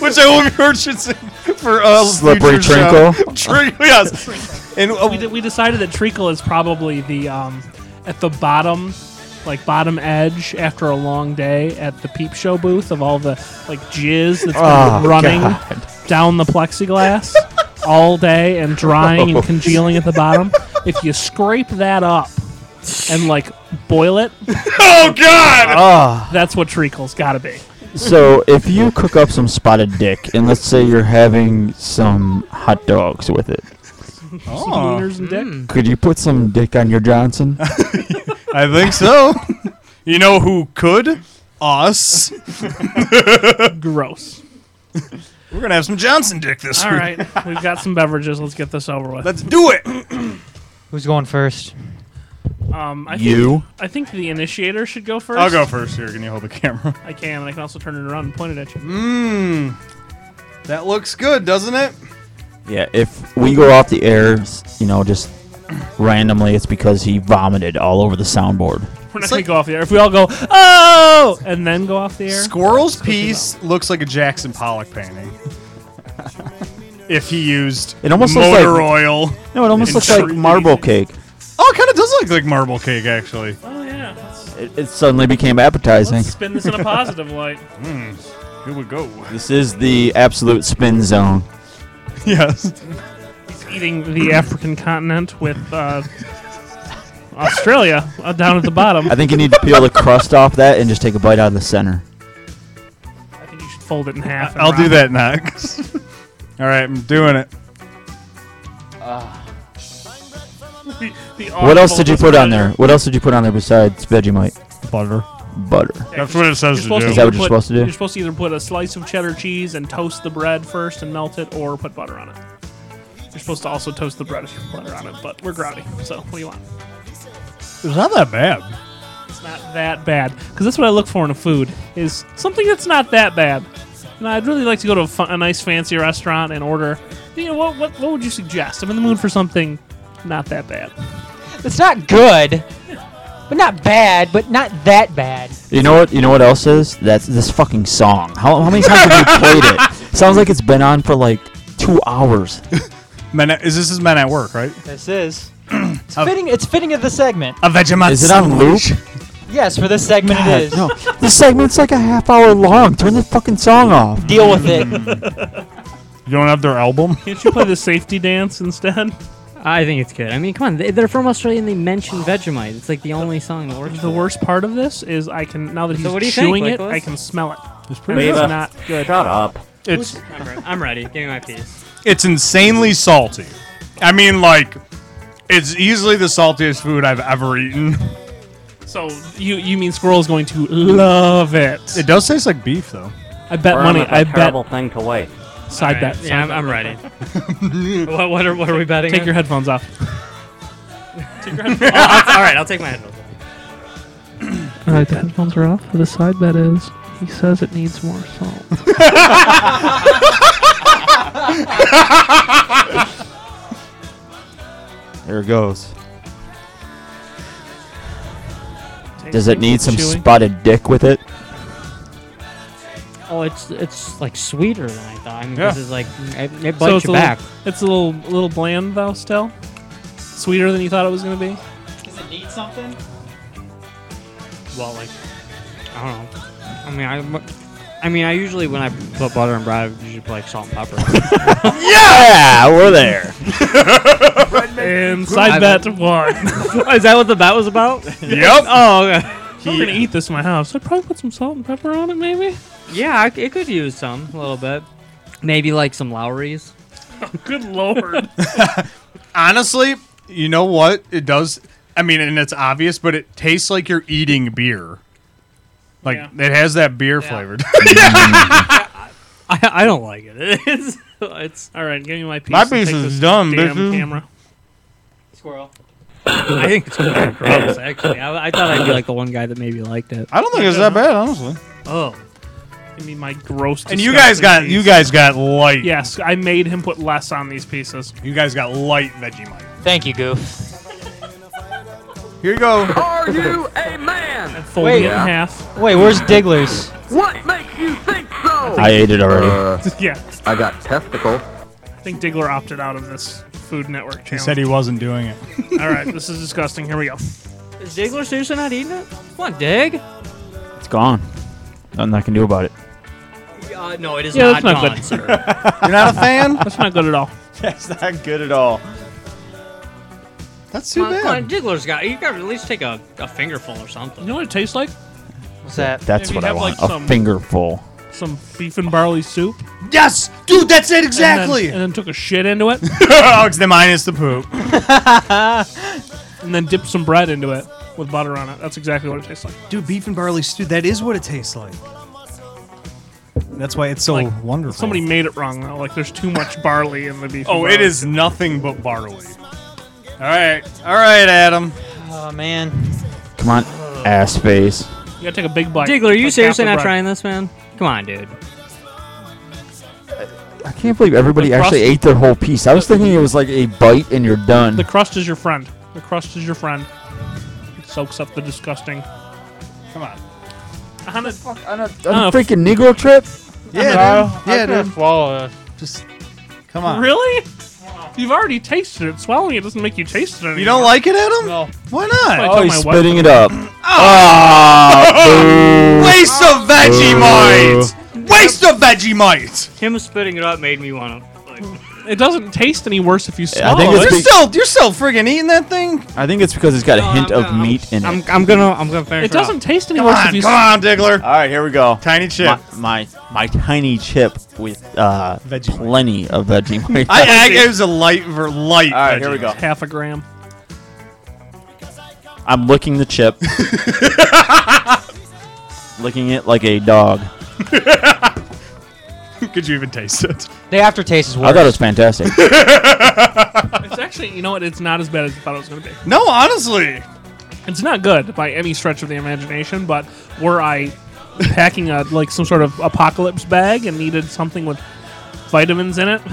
Which I will be purchasing for uh, Slippery future show. [laughs] Treacle, yes. And uh, we, d- we decided that treacle is probably the um, at the bottom, like bottom edge after a long day at the peep show booth of all the like jizz that's been running down the plexiglass all day and drying and congealing at the bottom. If you scrape that up and like boil it, [laughs] oh god, that's what treacle's got to be. So if you cook up some Spotted Dick, and let's say you're having some hot dogs with it, Wieners and dick. could you put some dick on your [laughs] Johnson? [laughs] I think so. [laughs] you know who could? Us. Gross. We're gonna have some Johnson Dick this All week. right, [laughs] we've got some beverages. Let's get this over with. Let's do it. Who's going first? Um, I think, you? I think the initiator should go first. I'll go first here. Can you hold the camera? [laughs] I can, and I can also turn it around and point it at you. Mmm. That looks good, doesn't it? Yeah. If we go off the air, s- you know, just randomly, it's because he vomited all over the soundboard. We're not It's gonna like- go off the air. If we all go, oh, and then go off the air, Squirrel's piece looks like a Jackson Pollock painting. [laughs] if he used It almost looks motor like- oil. [laughs] No, it almost looks like Intriguing. marble cake. Oh, it kind of does look like marble cake, actually. oh yeah, let's, It, it suddenly became appetizing. let's spin this in a positive light. Here we go. This is the absolute spin zone. [laughs] Yes. He's eating the African continent with uh, Australia uh, down at the bottom. I think you need to peel the crust off that and just take a bite out of the center. I think you should fold it in half. and I'll do wrap that next. [laughs] All right, I'm doing it. The- the What else did you article put on was- there? What else did you put on there besides Vegemite? Butter. Butter. That's what it says to You're do. Is that supposed what you're put- supposed to do? You're supposed to either put a slice of cheddar cheese and toast the bread first and melt it, or put butter on it. You're supposed to also toast the bread if you put butter on it, but we're grouty, so what do you want? It's not that bad. It's not that bad because that's what I look for in a food is something that's not that bad. And I'd really like to go to a, fu- a nice fancy restaurant and order. You know what, what? What would you suggest? I'm in the mood for something not that bad. It's not good, but not bad, but not that bad. You know what? You know what else is? That's this fucking song. How, how many times have you [laughs] played it? Sounds like it's been on for like two [laughs] hours. Men at, is this is men at work, right? This is. It's fitting. It's fitting of the segment. A Vegemite. Is it on loop? Yes, for this segment God, it is. no. This segment's like a half hour long. Turn the fucking song off. Deal with it. You don't have their album? Can't you play the safety dance instead? [laughs] I think it's good. I mean, come on, they- they're from Australia and they mention Vegemite. It's like the only song that works. The worst part of this is I can now that he's So what do you think, chewing it, Nicholas? I can smell it. It's pretty It's good. not good. Shut up. It's I'm, re- I'm ready. Give me my piece. It's insanely salty. I mean, like, it's easily the saltiest food I've ever eaten. So you you mean squirrel's going to love it? It does taste like beef, though. I bet Burn money. is a I bet terrible thing to waste. side bet. Yeah, I'm, I'm ready. [laughs] what, what, are, what are we betting? Take on? [laughs] your headphones off. Oh, I'll- all right, I'll take my headphones. All right, the headphones are off. The side bet is he says it needs more salt. There it goes. Does it need some spotted dick with it? Oh, it's it's like sweeter than I thought. I mean, Yeah. this is like it, it bites So it's you a little- back. It's a little little bland though. Still sweeter than you thought it was gonna be. Does it need something? Well, like I don't know. I mean, I. mu- I mean, I usually when I put butter and bread, I usually put like salt and pepper. Yeah, we're there. And side bet [laughs] one. [laughs] is that what the bet was about? Yep. [laughs] Oh, okay. I'm gonna eat this in my house. I'd probably put some salt and pepper on it, maybe. yeah, I c- it could use some a little bit. Maybe like some Lowry's. Good [laughs] lord. Honestly, you know what? It does. I mean, and it's obvious, but it tastes like you're eating beer. Like Yeah. it has that beer flavored. I, I don't like it. [laughs] It's it's All right, give me my piece. My and piece take is this dumb, Damn bitches. camera. squirrel. I think it's kind of gross. Actually, [laughs] I, I thought I'd be like the one guy that maybe liked it. [laughs] I don't think it's that bad, honestly. Oh, Give me my gross. [laughs] And you guys disgusting got piece. you guys got light. Yes, I made him put less on these pieces. You guys got light Vegemite. Thank you, Goof. Here you go. Are you a man? Fold Wait. it in half. [laughs] Wait, where's Digglers? What makes you think so? I ate it already. yeah, I got testicles. I think Diggler opted out of this Food Network He channel. said he wasn't doing it. All right, this is disgusting. Here we go. is Diggler seriously not eating it? Come on, Dig. It's gone. Nothing I can do about it. Uh, no, it is Yeah, not, that's not gone, good. [laughs] sir. You're not a fan? That's not good at all. That's [laughs] not good at all. That's too Come on, come on, bad. Diggler's got. You got to at least take a, a fingerful or something. You know what it tastes like? What's that? That's Maybe what I have, want. like, a some- fingerful. Some beef and barley soup. Yes, dude, that's it and then- exactly. [laughs] And then, took a shit into it, oh, it's the minus the poop. and then dipped some bread into it with butter on it. That's exactly what it tastes like. Dude, beef and barley stew. That is what it tastes like. That's why it's so Like, wonderful. Somebody made it wrong though. Like there's too much barley in the beef. and Oh, barley. it is nothing but barley. All right, all right, Adam. Oh man. Come on, Uh. ass face. You gotta take a big bite. Diggler, are you Like seriously half the not bread. trying this, man? Come on, dude. I can't believe everybody The actually crust- ate their whole piece. I was thinking it was like a bite and you're done. The crust is your friend. The crust is your friend. It soaks up the disgusting. Come on. On a, on a, Oh, f- freaking Negro trip? Yeah, dude. I Yeah, can't dude. uh, swallow it. Just come on. really? You've already tasted it. Swallowing it doesn't make you taste it anymore. You don't like it, Adam? No. Why I not? told Oh, he's my wife- spitting it up. [laughs] Ah, boo. Waste of Vegemite. Uh. Waste of Vegemite. Him spitting it up made me want to. It doesn't taste any worse if you I swallow think it. You're it's be- still, you're still friggin' eating that thing. I think it's because it's got a hint of meat in I'm, it. I'm gonna I'm gonna finish. It doesn't taste any Come worse on, if you come on, Diggler. All right, here we go. Tiny chip. My, my my tiny chip with uh Vegemite. [laughs] plenty of Vegemite. I, I it was a light for light. All right, here we Vegemite. go. half a gram. I'm licking the [laughs] chip, licking it like a dog. [laughs] Could you even taste it? The aftertaste is worse. I thought it was [laughs] fantastic. It's actually, you know what? It's not as bad as I thought it was going to be. No, honestly. It's not good by any stretch of the imagination, but were I packing a like some sort of apocalypse bag and needed something with vitamins in it [laughs]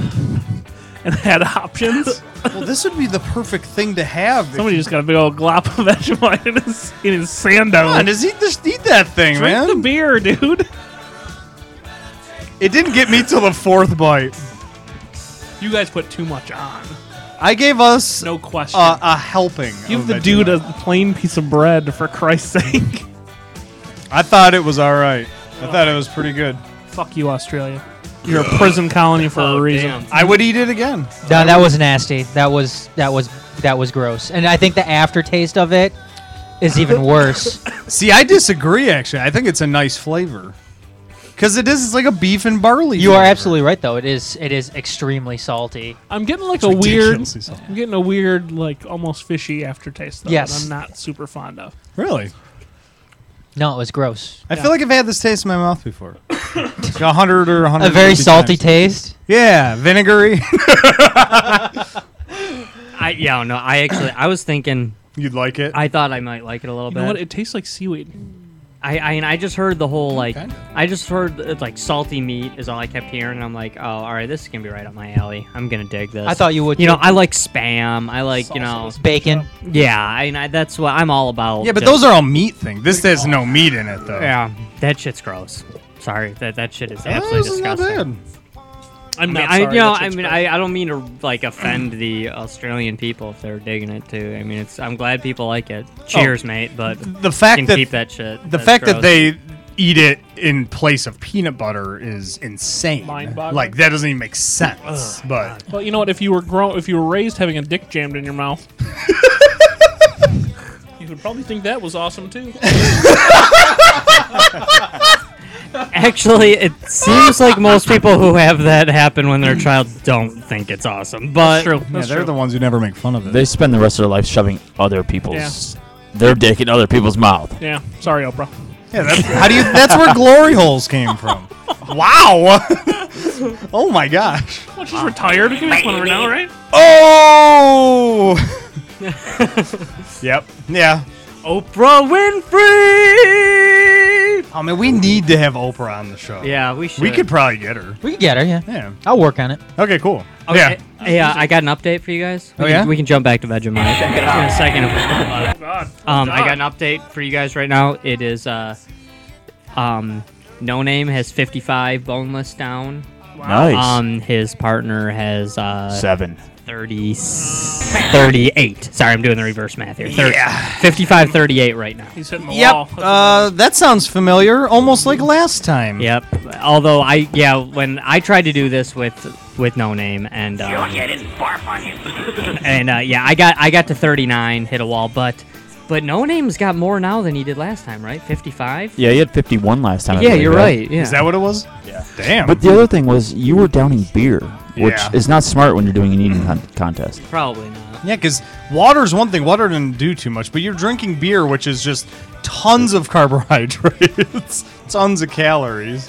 and had [laughs] options, Well, this would be the perfect thing to have. if somebody you- just got a big old glop of [laughs] Vegemite in his in his sando. Come on, just eat, this, eat that thing, Drink man. the beer, dude. it didn't get me till the fourth bite. You guys put too much on. I gave us No question. uh, a helping. Give of the Vegemite. dude a plain piece of bread for Christ's sake. [laughs] I thought it was all right. I thought it was pretty good. Fuck you, Australia. You're a [laughs] prison colony for Oh, a reason. I would eat it again. No, that was nasty. That was that was that was gross. And I think the aftertaste of it is [laughs] even worse. See, I disagree. Actually, I think it's a nice flavor because it is. It's like a beef and barley. you are flavor. absolutely right though. It is it is extremely salty. I'm getting like It's a weird. ridiculously salty. I'm getting a weird, like almost fishy aftertaste. Though, that Yes. I'm not super fond of. Really, No, it was gross. I feel like I've had this taste in my [coughs] mouth before. It's A hundred or hundred. A very salty taste. Yeah, vinegary. [laughs] I yeah no. I actually I was thinking. You'd like it. I thought I might like it a little You bit. know what? It tastes like seaweed. I, I and I just heard the whole like Kinda. I just heard uh, like salty meat is all I kept hearing. And I'm like, oh, all right, this is gonna be right up my alley. I'm gonna dig this. I thought you would. You know, too. I like spam. I like you know, bacon. yeah. I, and I that's what I'm all about. yeah, but just- those are all meat thing. This has no meat in it though. yeah, that shit's gross. Sorry, that that shit is Eh, absolutely this is not disgusting. bad. I'm I mean, not I, sorry. you know, that I shit's mean, gross. I, I don't mean to like offend the Australian people if they're digging it too. I mean, it's I'm glad people like it. Cheers, mate. But Oh. The can fact that keep that shit. the That's fact that gross. they eat it in place of peanut butter is insane. Mind-boggling. Like that doesn't even make sense. but Well, you know what? If you were grown, if you were raised having a dick jammed in your mouth, you would probably think that was awesome too. Actually, it seems like most people who have that happen when they're a child don't think it's awesome. But True. yeah, That's they're true. the ones who never make fun of it. They spend the rest of their life shoving other people's their dick in other people's mouth. yeah. Sorry, Oprah. yeah, that's, how do you? That's where glory holes came [laughs] from. wow. oh my [laughs] gosh. Well, she's retired. You can make fun of her now, right? Oh. yep. Yeah. Oprah Winfrey. I mean, Oh, we need to have Oprah on the show. Yeah, we should. We could probably get her. We can get her. Yeah, Yeah. I'll work on it. Okay. Cool. Okay, Yeah. Hey, uh, I got an update for you guys. We Oh, can- yeah? we can jump back to Vegemite in a Oh, second. God. Um, I got an update for you guys right now. It is uh, um, No Name has 55 boneless down. Nice. Um, his partner has uh, Seven. 30, 38. Sorry, I'm doing the reverse math here. 30, 55, 38 right now. He's hitting the wall. Yep. Uh, that sounds familiar. Almost like last time. Yep. Although I, yeah, when I tried to do this with with no name and You'll um, get it barf on you. [laughs] and uh, yeah, I got I got to 39, hit a wall, but but no name's got more now than he did last time, right? 55. Yeah, you had 51 last time. I Yeah, believe, you're right. Yeah. Is that what it was? Yeah. Damn. But the other thing was you were downing beer, which Yeah. is not smart when you're doing an eating con- contest. Probably not. Yeah, because water's one thing. Water doesn't do too much, but you're drinking beer, which is just tons of [laughs] carbohydrates, [laughs] tons of calories.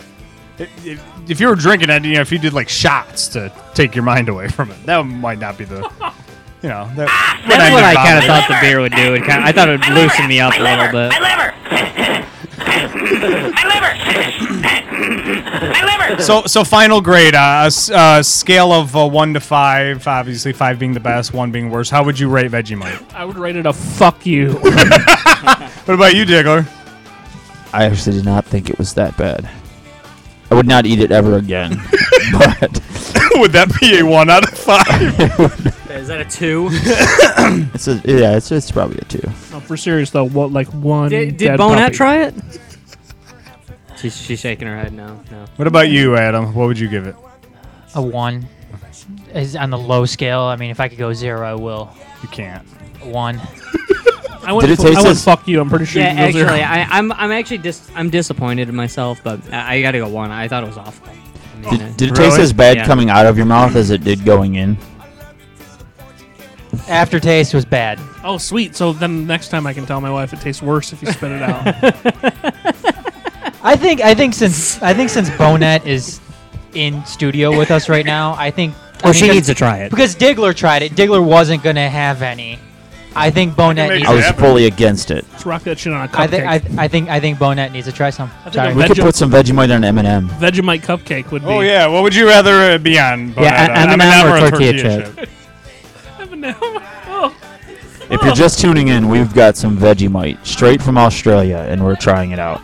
If- If, if you were drinking that, you know, if you did like shots to take your mind away from it, that might not be the, [laughs] you know, that, That's Ah, I what I knew kind about of thought the beer would do. It kind of, I thought it would loosen me up a little My bit. liver. My liver. My liver. So, so final grade, uh, s- uh, scale of uh, one to five. Obviously, five being the best, one being worst. How would you rate Vegemite? I would rate it a fuck you. What about you, Diggler? I actually did not think it was that bad. I would not eat it ever again. but [laughs] would that be a one out of five? Is that a [laughs] two? it's a, yeah, it's, it's probably a two. No, for serious though, what like one? Did, dead did Bonat puppy. try it? She's, she's shaking her head no, no. What about you, Adam? What would you give it? A one is on the low scale. I mean, if I could go zero, I will. You can't. A one. I went. Did it fu- taste I went this- fuck you. I'm pretty sure. Yeah, you actually, know zero. I, I'm I'm actually dis- I'm disappointed in myself, but I, I gotta go one. I thought it was awful. I mean, Did, uh, did it Really? taste as bad Yeah. coming out of your mouth as it did going in? aftertaste was bad. Oh, sweet. So then next time I can tell my wife it tastes worse if you spit it out. I think I think since I think since Bonet is in studio with us right now, I think I Well, mean, she 'cause- needs to try it. because Diggler tried it. Diggler wasn't gonna have any. I think Bonet make needs. it I was happened. fully against it. Let's rock that shit on a cupcake. I think I, I think I think Bonet needs to try some. I think Sorry. I'm We could Veggie- put some Vegemite on an M&M. Vegemite cupcake would be. Oh yeah, what would you rather uh, be on? Bonetta? Yeah, a- M&M M&M or a tortilla chip? M&M. Oh, If you're just tuning in, we've got some Vegemite straight from Australia, and we're trying it out.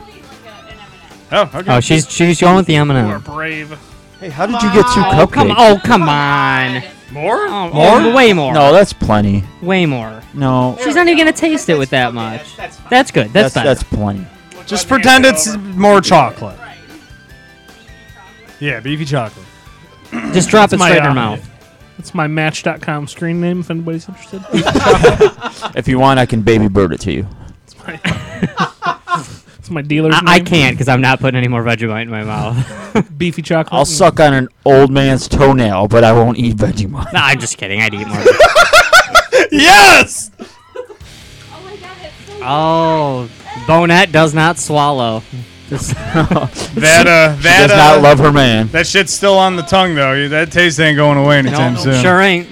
Oh, okay. Oh, she's she's going with the M and you are m brave. Hey, how did you get two Oh come! cupcakes? Oh come on! More? Oh, oh, way more. No, that's plenty. way more. No, She's not even gonna taste it with that much. That's good. that's That's fine. that's plenty. Just pretend it's more chocolate. Yeah, beefy chocolate. Just drop it my, straight in her uh, mouth. [laughs] That's my Match.com screen name if anybody's interested. If you want, I can baby bird it to you. It's my dealer's I, name. I can't because I'm not putting any more Vegemite in my mouth. Beefy chocolate. Mm, I'll suck on an old man's toenail, but I won't eat Vegemite. no, I'm just kidding. I'd eat more. Yes. oh, Bonette does not swallow. That uh, She that does uh, not love her man. that shit's still on the tongue though. You- That taste ain't going away anytime No, soon. sure ain't.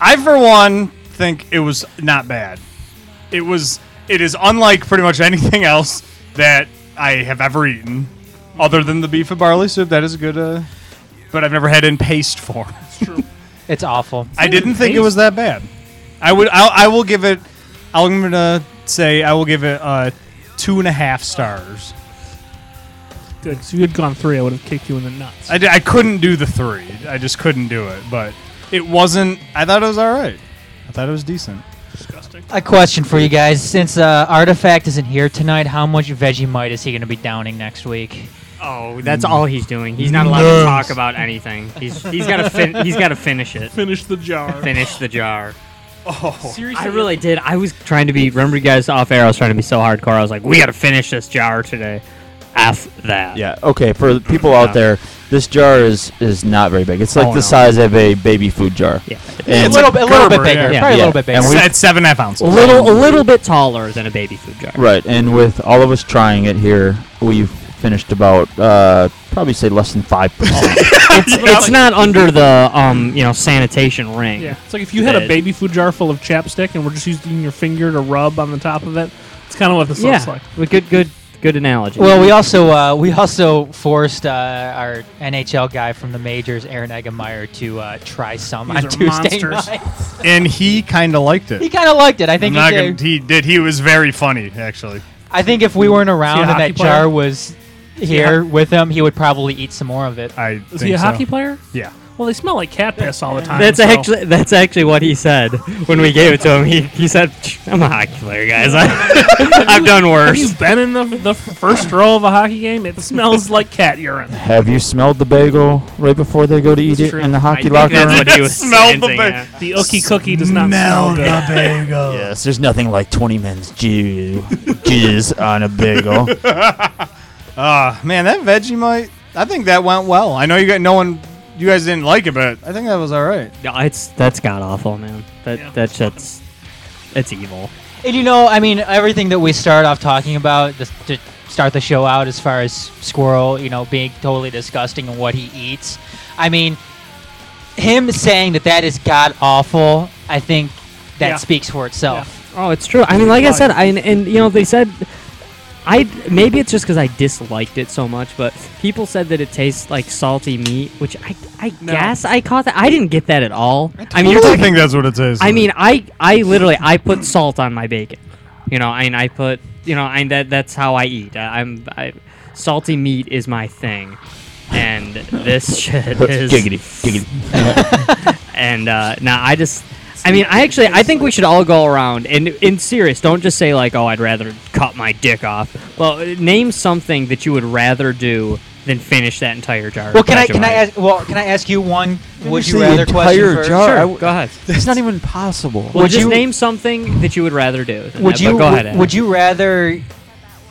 I for one think it was not bad. It was. It is unlike pretty much anything [laughs] else that I have ever eaten, other than the beef and barley soup. That is a good. Uh, but I've never had in paste form. [laughs] It's awful. I didn't think it was that bad. I would. I'll, I will give it. I'm gonna say I will give it uh, two and a half stars. Good, 'cause if you had gone three, I would have kicked you in the nuts. I, di- I couldn't do the three. I just couldn't do it. But it wasn't. I thought it was all right. I thought it was decent. A question for you guys: Since uh, Artifact isn't here tonight, how much Vegemite is he gonna be downing next week? Oh, that's all he's doing. He's not allowed to talk about anything. He's he's got to fin- he's got to finish it. Finish the jar. Oh. Finish the jar. Seriously, I really did. I was trying to be. Remember, you guys off air. I was trying to be so hardcore. I was like, we got to finish this jar today. F that. Yeah. Okay. For the people out there, this jar is is not very big. It's like Oh, the no. size of a baby food jar. Yeah. And a little, bit- a little bit Gerber, bigger, yeah. Yeah. probably a little bit bigger. And It's we- at seven and a half ounces. A little, a little bit taller than a baby [laughs] food jar. Right, and with all of us trying it here, we've finished about uh, probably say less than five percent. It's, it's not under the um, you know, sanitation ring. Yeah, it's like if you had a Dead. baby food jar full of chapstick and we're just using your finger to rub on the top of it. It's kind of what this looks yeah. like. Well, good, good, good analogy. Well, we also uh, we also forced uh, our NHL guy from the majors, Aaron Eggemeyer, to uh, try some These on are Tuesday monsters. [laughs] night. and he kind of liked it. He kind of liked it. I think. I'm not he gonna, did. he did. He was very funny, actually. I think if we weren't around and hockey that player? jar was here with him, he would probably eat some more of it. I Is think he a so. hockey player? Yeah. Well, they smell like cat piss all the time. That's so- actually that's actually what he said when we gave it to him. He, he said, "I'm a hockey player, guys. [laughs] I, I've done Have you worse." been in the, the first row of a hockey game? It smells like cat urine. Have you smelled the bagel right before they go to eat That's it true. in the hockey I think locker that's room? what [laughs] he was Smell the hinting ba- at. The ookie cookie does not smell good. bagel. [laughs] Yes, there's nothing like 20 men's Jew jizz on a bagel. Ah, man, that Vegemite. I think that went well. I know you got no one. You guys didn't like it, but I think that was all right. No, it's that's god awful, man. That Yeah. that shit's it's evil. And you know, I mean, everything that we start off talking about this, to start the show out, as far as Squirrel, you know, being totally disgusting and what he eats. I mean, him saying that that is god awful. I think that Yeah. speaks for itself. Oh, it's true. I mean, like I said, I, and, and you know they said I maybe it's just because I disliked it so much, but people said that it tastes like salty meat, which I I No. guess I caught that. I didn't get that at all. I, mean, I you're talking. think that's what it is. I mean, I I literally I put salt on my bacon. You know, and I put you know, and that that's how I eat. I, I'm I, salty meat is my thing, and this [laughs] shit is giggity, giggity. and uh, now I just, I mean, I actually, I think we should all go around and in serious. Don't just say like, "Oh, I'd rather cut my dick off." Well, name something that you would rather do than finish that entire jar. of Well, can I can I Vegemite. ask? Well, can I ask you one? Would Finish you the rather entire question first? jar. I Sure, w- go ahead. That's not even possible. Well, Would just you- name something that you would rather do. than Would that, you but go ahead? would, Adam. would you rather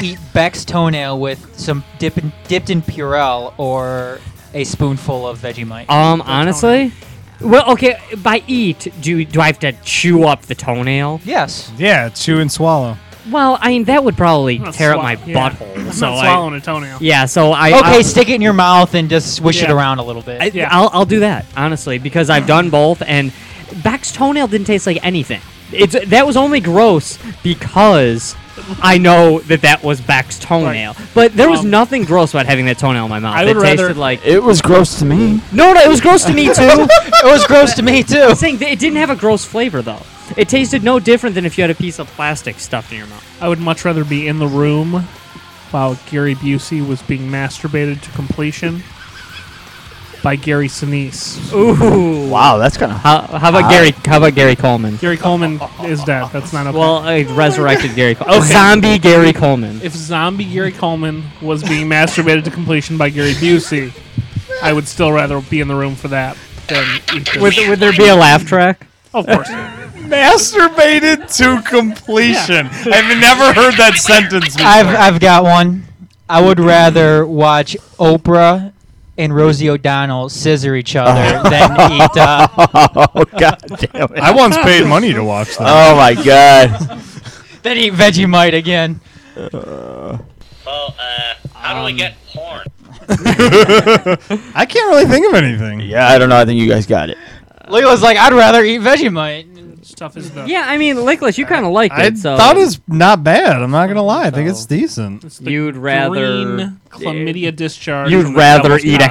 eat Beck's toenail with some dip in, dipped in Purell or a spoonful of Vegemite? Um, honestly, Well, okay. By eat, do do I have to chew up the toenail? Yes. Yeah, chew and swallow. Well, I mean that would probably not tear up swal- my yeah. butthole. I'm so not I- swallowing a toenail. yeah, so I Okay, I- stick it in your mouth and just swish it Yeah. around a little bit. I, Yeah. I'll, I'll do that honestly because I've done both, and Beck's toenail didn't taste like anything. It's that was only gross because I know that that was Beck's toenail, but there was Um, nothing gross about having that toenail in my mouth. I it would rather- tasted like It was gross to me. no, no, it was gross [laughs] to me too. [laughs] it was gross to me too. I'm saying that it didn't have a gross flavor though. It tasted no different than if you had a piece of plastic stuffed in your mouth. I would much rather be in the room while Gary Busey was being masturbated to completion by Gary Sinise. Ooh. Wow, that's kind of How, how about Gary? How about Gary Coleman? Gary Coleman is dead. That's not okay. Well, I resurrected [laughs] Gary. Col- Okay. Zombie Gary Coleman. if zombie Gary Coleman was being masturbated to completion by Gary Busey, I would still rather be in the room for that than eat this. Would, would there be a laugh track? of course. Masturbated [laughs] to completion. I've never heard that [laughs] sentence before. I've I've got one. I would rather watch Oprah and Rosie O'Donnell scissor [laughs] each other than eat. Uh, [laughs] oh god damn it! I once paid money to watch that. Oh my god! then eat Vegemite again. Well, uh, how do I get porn? [laughs] I can't really think of anything. Yeah, I don't know. I think you guys got it. Leila's like, I'd rather eat Vegemite. Stuff is the Yeah, I mean, Lickless, you kind of liked I it, so thought it's um, not bad. I'm not gonna lie. I think it's decent. it's the you'd rather green chlamydia discharge. you'd and the rather devil's eat a knot.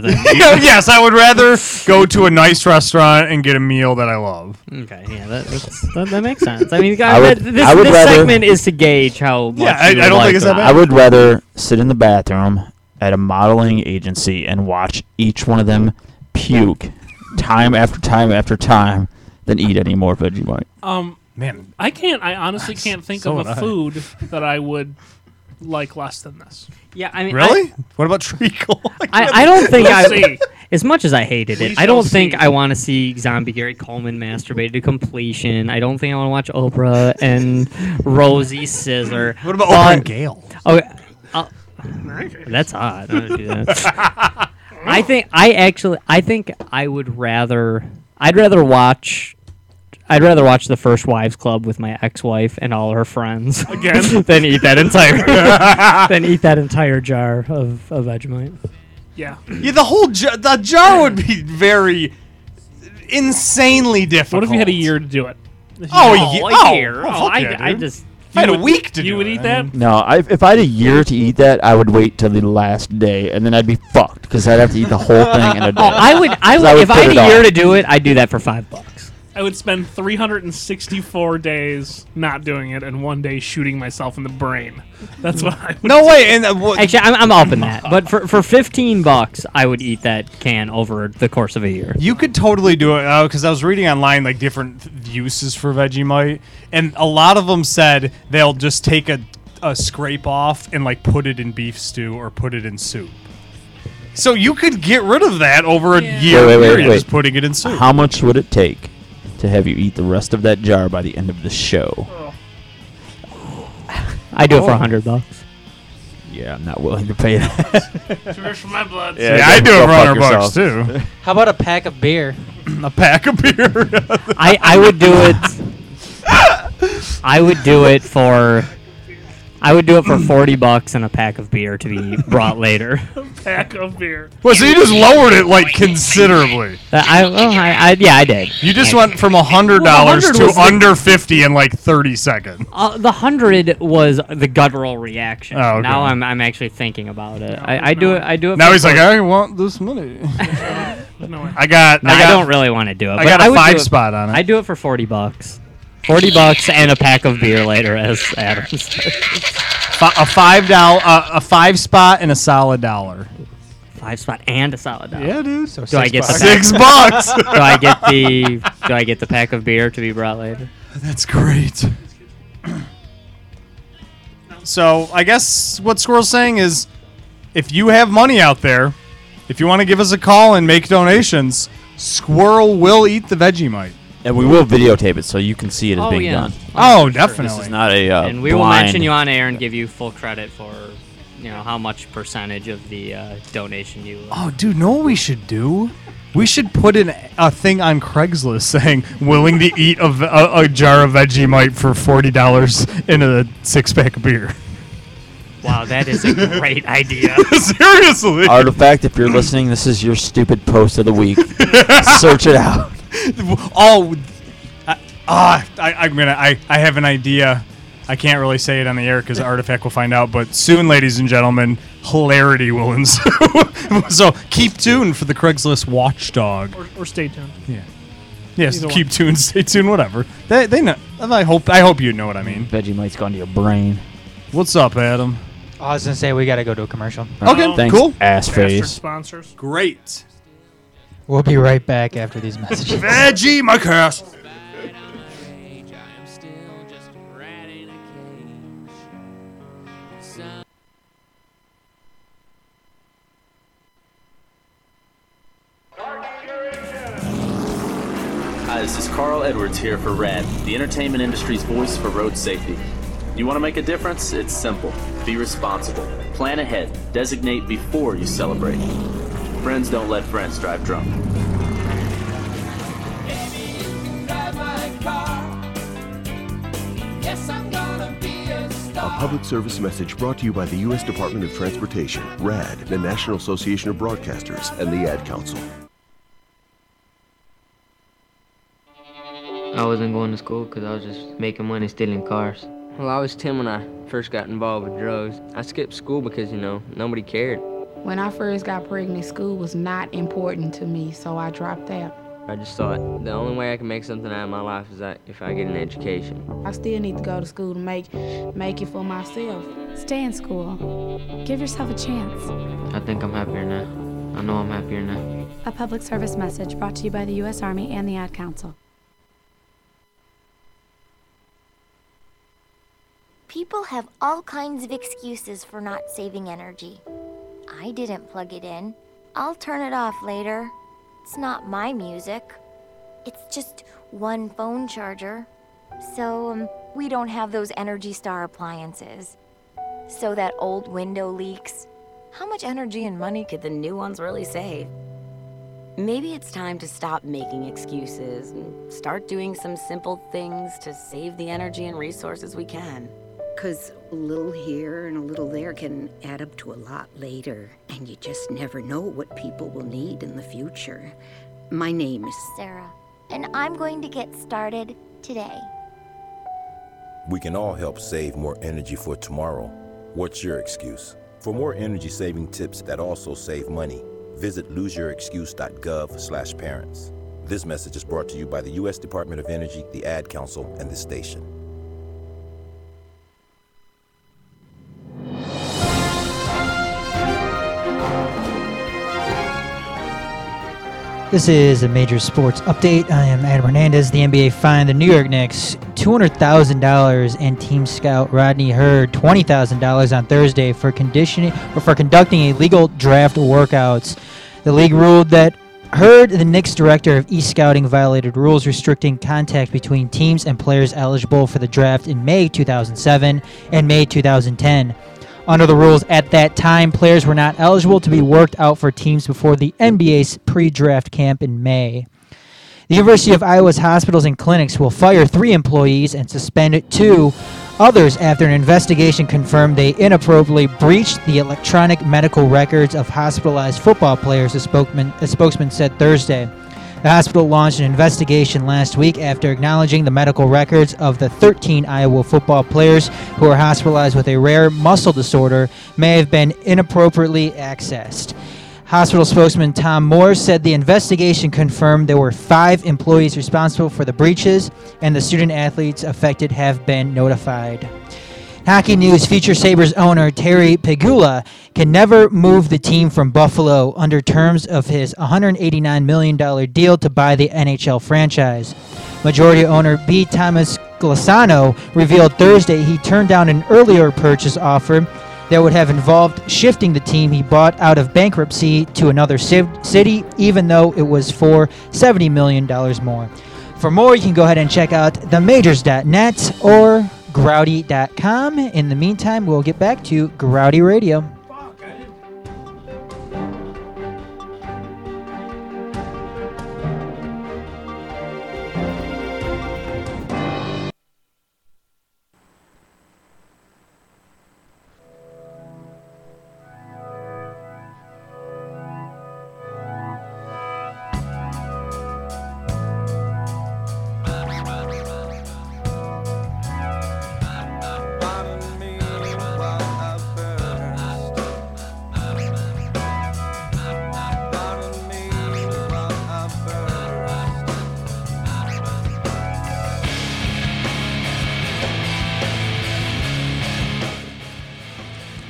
[laughs] than yes, I would rather go to a nice restaurant and get a meal that I love. okay. Yeah, that, that's, that, that makes sense. I mean, I would- that- this, I would this rather- segment is to gauge how. Much Yeah, I- you I don't like think it's that them. bad. I would rather sit in the bathroom at a modeling agency and watch each one of them puke time after time after time than eat any more Vegemite. Um, Man, I can't. I honestly can't think So of a would I. food that I would like less than this. Yeah, I mean, I- really? what about treacle? [laughs] I, I don't think Let's I. see. As much as I hated We it, I shall don't think see. I want to see zombie Gary Coleman masturbated to completion. I don't think I want to watch Oprah and Rosie Scissor. what about But- Oprah and Gale? Oh, I'll- that's odd. I, don't do that. [laughs] I think I actually I think I would rather I'd rather watch I'd rather watch the First Wives Club with my ex-wife and all her friends Again? [laughs] than eat that [laughs] entire than eat that entire jar of, of Vegemite. Yeah. Yeah, the whole jar, the jar would be very insanely difficult. What if you had a year to do it? If you Oh, had- a ye- Oh, oh, a year. oh, Oh, fuck I, yeah, I dude. just I had you a would- week to You do would it. eat that? No, I, if I had a year to eat that, I would wait till the last day, and then I'd be fucked because I'd have to eat the whole thing in a [laughs] day. I would I would, would if I put had it a year off. to do it, I'd do that for five bucks. I would spend 364 days not doing it and one day shooting myself in the brain. That's what I would. No way. And uh, wha- Actually, I'm, I'm up in that, but for, for 15 bucks, I would eat that can over the course of a year. You could totally do it because I was reading online like different th- uses for Vegemite, and a lot of them said they'll just take a, a scrape off and like put it in beef stew or put it in soup. So you could get rid of that over a year Wait, wait, wait, period, wait. just putting it in soup. How much would it take to have you eat the rest of that jar by the end of the show? I do it for 100 bucks. Yeah, I'm not willing to pay that. Tears from my blood. [laughs] Yeah. I do it Go for fuck hundred bucks [laughs] too. How about a pack of beer? a pack of beer. [laughs] I, I would do it. I would do it for. I would do it for 40 bucks and a pack of beer to be brought later. Uh, Pack of beer. well, so you just lowered it like considerably. That- I, oh, I, I, yeah, I did. You just went from hundred Well, dollars 100 to was the- under fifty in like thirty seconds. Uh, the 100 was the guttural reaction. Oh, okay. Now I'm, I'm actually thinking about it. I, I do it. I do it. Now for he's like, fun. I want this [laughs] money. No way. I got. I, No, I, got don't really want to do it. I but got a would do five it- spot on it. I do it for 40 bucks. 40 bucks and a pack of beer later, as Adam said. Fi- a five dollar, uh, a five spot, and a solid dollar. Five spot and a solid dollar. dude. Do I get the pack? six [laughs] bucks. do I get the do I get the pack of beer to be brought later? That's great. So I guess what Squirrel's saying is, if you have money out there, if you want to give us a call and make donations, Squirrel will eat the Vegemite. and we will videotape it so you can see it as Oh, being yeah. done. Oh, This definitely. is not a. Uh, and we will blind- mention you on air and give you full credit for you know how much percentage of the uh, donation you. oh, dude, know what we should do? We should put in a thing on Craigslist saying willing to eat a, ve- a, a jar of Vegemite for forty dollars in a six pack of beer. [laughs] Wow, that is a [laughs] great idea. Seriously, Artifact, if you're listening, this is your stupid post of the [laughs] week. Search it out. oh, I- ah, I, I'm gonna. I, I have an idea. I can't really say it on the air because Artifact will find out. But soon, ladies and gentlemen, hilarity will ensue. [laughs] so keep tuned for the Craigslist Watchdog. Or, or stay tuned. Yes, Either keep tuned, stay tuned, whatever. They, they know. I hope. I hope you know what I mean. Vegemite's gone to your brain. What's up, Adam? I was gonna say we gotta go to a commercial. Okay, Thanks, cool. ass Bastard face. sponsors. Great. We'll be right back after these messages. Veggie, my curse. Hi, this is Carl Edwards here for RAD, the entertainment industry's voice for road safety. You want to make a difference? It's simple. Be responsible. Plan ahead. Designate before you celebrate. Friends don't let friends drive drunk. A public service message brought to you by the U.S. Department of Transportation, RAD, the National Association of Broadcasters, and the Ad Council. I wasn't going to school because I was just making money stealing cars. Well, I was 10 when I first got involved with drugs. I skipped school because, you know, nobody cared. When I first got pregnant, school was not important to me, so I dropped out. I just thought the only way I can make something out of my life is that if I get an education. I still need to go to school to make make it for myself. Stay in school. Give yourself a chance. I think I'm happier now. I know I'm happier now. A public service message brought to you by the U.S. Army and the Ad Council. People have all kinds of excuses for not saving energy. I didn't plug it in. I'll turn it off later. It's not my music. It's just one phone charger. So um, we don't have those Energy Star appliances. So that old window leaks. How much energy and money could the new ones really save? Maybe it's time to stop making excuses and start doing some simple things to save the energy and resources we can. Because a little here and a little there can add up to a lot later, and you just never know what people will need in the future. My name is Sarah, and I'm going to get started today. We can all help save more energy for tomorrow. What's your excuse? [laughs] For more energy saving tips that also save money, visit loseyourexcuse.gov/parents. This message is brought to you by the U.S. Department of Energy, the Ad Council, and this station. This is a major sports update. I am Adam Hernandez. The NBA fined the New York Knicks $200,000 and team scout Rodney Hurd $20,000 on Thursday for conditioning or for conducting illegal draft workouts. The league ruled that Hurd, the Knicks director of e-scouting, violated rules restricting contact between teams and players eligible for the draft in May 2007 and May 2010. Under the rules at that time, players were not eligible to be worked out for teams before the NBA's pre draft camp in May. The University of Iowa's hospitals and clinics will fire three employees and suspend two others after an investigation confirmed they inappropriately breached the electronic medical records of hospitalized football players, a spokesman, a spokesman said Thursday. The hospital launched an investigation last week after acknowledging the medical records of the 13 Iowa football players who were hospitalized with a rare muscle disorder may have been inappropriately accessed. Hospital spokesman Tom Moore said the investigation confirmed there were five employees responsible for the breaches, and the student athletes affected have been notified. Hockey News Future Sabres owner Terry Pegula can never move the team from Buffalo under terms of his $189 million deal to buy the NHL franchise. Majority owner B. Thomas Glasano revealed Thursday he turned down an earlier purchase offer that would have involved shifting the team he bought out of bankruptcy to another civ- city, even though it was for $70 million more. For more, you can go ahead and check out themajors.net or grouty.com. In the meantime, we'll get back to Grouty Radio.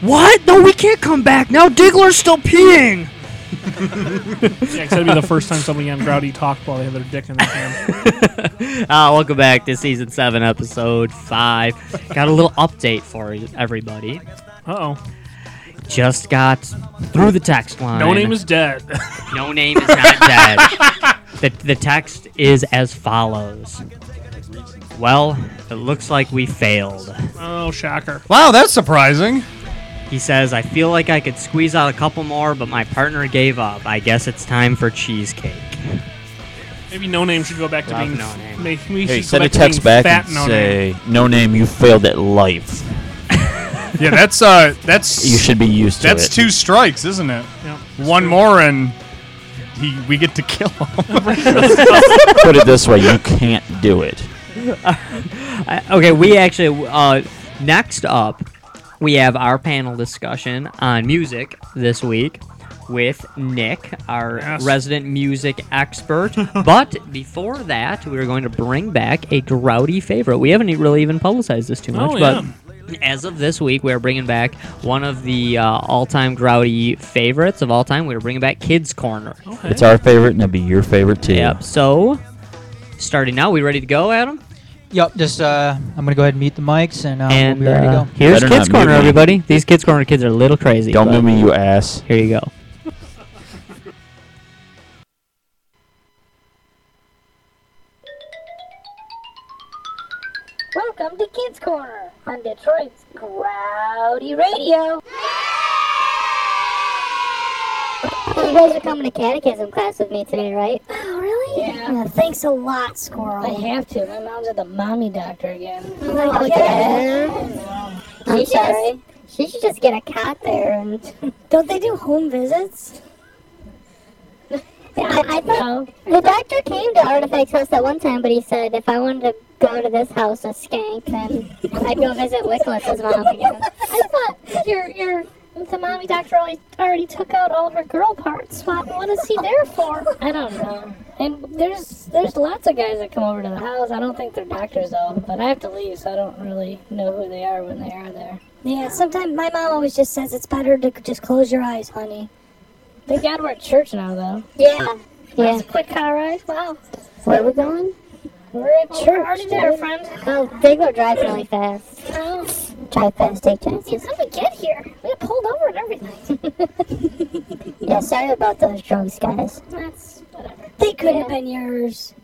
What? No, we can't come back now. Diggler's still peeing. Yeah, 'cause that'd be the first time somebody on Grouty talked while they had their dick in their hand. Ah, welcome back to season seven, episode five. Got a little update for everybody. Uh oh. Just got through the text line. No name is dead. No name is not dead. [laughs] The, the text is as follows. Well, it looks like we failed. Oh, shocker. Wow, that's surprising. He says, I feel like I could squeeze out a couple more, but my partner gave up. I guess it's time for cheesecake. Maybe no name should go back to Love being. No f- Name. Make, we Hey, should send go a back to text being back fat and no name. say, "No name, you failed at life." yeah, that's uh, that's You should be used to That's it. two strikes, isn't it? Yep. One more and he we get to kill him. Put it this way, you can't do it. I- Uh, okay, we actually uh, next up we have our panel discussion on music this week with Nick, our Yes. resident music expert. [laughs] but before that, we are going to bring back a grouty favorite. We haven't e- really even publicized this too much, Oh, but. As of this week, we are bringing back one of the uh, all-time grouty favorites of all time. We are bringing back Kids Corner. Oh. It's our favorite, and it'll be your favorite too. Yep. So, starting now, we ready to go, Adam? Yep, just uh, I'm gonna go ahead and mute the mics and, uh, and we'll be ready to uh, go. here's Better Kids not mute Corner, me. everybody. These Kids Corner kids are a little crazy. Don't but move me, you ass. Here you go. Welcome to Kids Corner on Detroit's Growdy Radio. You guys are coming to catechism class with me today, right? Oh, really? Yeah. thanks a lot, Squirrel. Oh, I have to. My mom's at the mommy doctor again. I'm sorry. She should just get a cot there. And [laughs] don't they do home visits? [laughs] Yeah, I, I thought the doctor came to Artifact's house that one time, but he said if I wanted to go to this house a skank, then I'd go visit Wycliffe's mom again. I thought your your the mommy doctor always already took out all of her girl parts. What, what is he there for? I don't know. And there's there's lots of guys that come over to the house. I don't think they're doctors though, but I have to leave, so I don't really know who they are when they are there. Yeah, sometimes my mom always just says it's better to just close your eyes, honey. Thank God we're at church now though. Yeah. Yeah. That's a quick car ride. Wow. Where are we going? We're at church. We're already there, friend. Oh, they go drive really fast. Oh. Drive fast, take chances. How did we get here? We got pulled over and everything. [laughs] yeah, sorry about those drunks, guys. That's whatever. They could have been yours.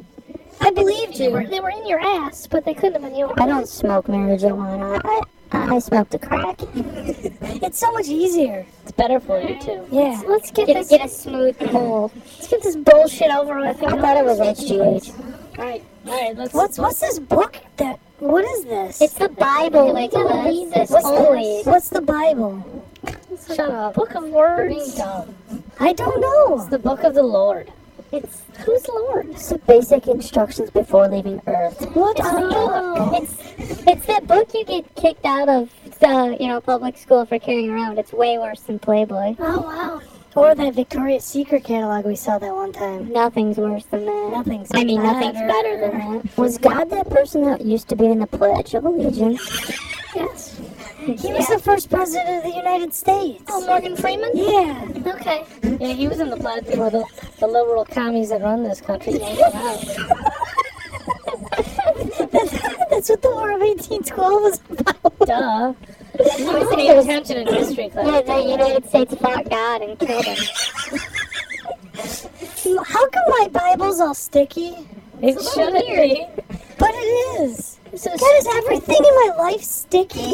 I believed They were, you. they were in your ass, but they couldn't have been yours. I don't smoke marijuana. I, I, I smoke the crack. [laughs] it's so much easier. It's better for you too. Yeah. Let's get, Get- this get a smooth bowl. Let's get this bullshit over with. I thought it was HGH. Alright, alright, let's What's what's this book that? What is this? It's the Bible, like, Don't uh, read this. what's What's the- always? what's the Bible? Shut up. Book of Words. I don't know. The Book of the Lord. It's who's Lord? It's the basic instructions before leaving Earth. What? It's, on the earth? book. it's it's that book you get kicked out of uh, you know public school for carrying around. It's way worse than Playboy. Oh wow. Or that Victoria's Secret catalog we saw that one time. Nothing's worse than that. Nothing's I mean, better. nothing's better than that. Was God that person that used to be in the Pledge of Allegiance? Yes. He was the first president of the United States. Oh, Morgan Freeman? Yeah. Okay. Yeah, he was in the pledge for the, the liberal commies that run this [laughs] country. [laughs] That's what the War of 1812 was about. Duh. You always pay attention in history class. Yeah, the United States fought God and killed him. How come my Bible's all sticky? It It's a little shouldn't weird. be. But it is. So God, is everything in my life sticky?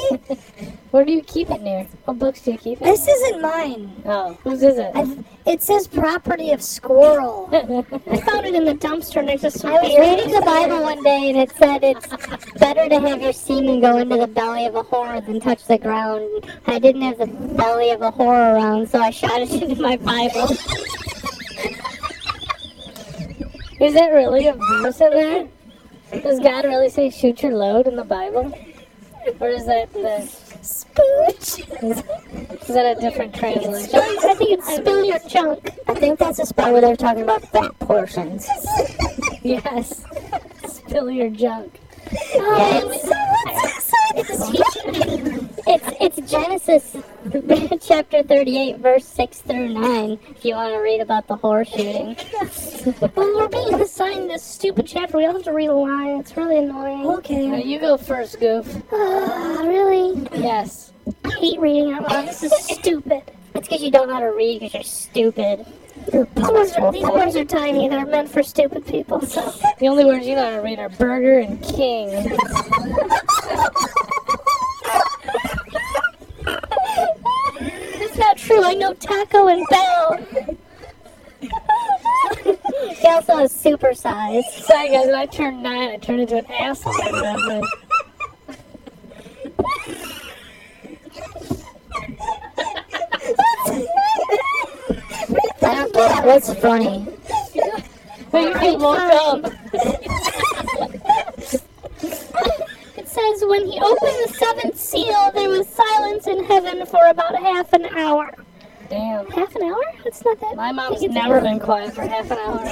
Where do you keep it near? What books do you keep it? This isn't mine. Oh, whose is it? I, it says property of [laughs] squirrel. I found it in the dumpster next to some I was beer. reading the Bible one day and it said it's better to have your semen go into the belly of a whore than touch the ground. I didn't have the belly of a whore around, so I shot it [laughs] into my Bible. Is that really a verse in there? Does God really say shoot your load in the Bible? Or is that the spooch? Is that a different translation? I think it's spill your chunk. I think that's a spot where they're talking about fat portions. [laughs] Yes. Spill your junk. Um, Yes. It's, it's Genesis [laughs] chapter 38, verse 6 through 9, if you want to read about the horse shooting. When we're being assigned this stupid chapter, we all have to read a line. It's really annoying. Okay. you go first, Goof. Uh, really? Yes. I hate reading out loud. This is stupid. It's because you don't know how to read because you're stupid. Poems are, these words are tiny. They're meant for stupid people. So. The only words you know how to read are burger and king. It's not true. I know Taco and [laughs] Bell. She also is supersized. Sorry guys, when I turned nine, I turned into an [laughs] asshole. That was- I don't get it. What's funny? Alright, fine. it says when he opened the seventh seal, there was silence in heaven for about half an hour. Damn. Half an hour? That's not that. My mom's big a never deal. been quiet for half an hour.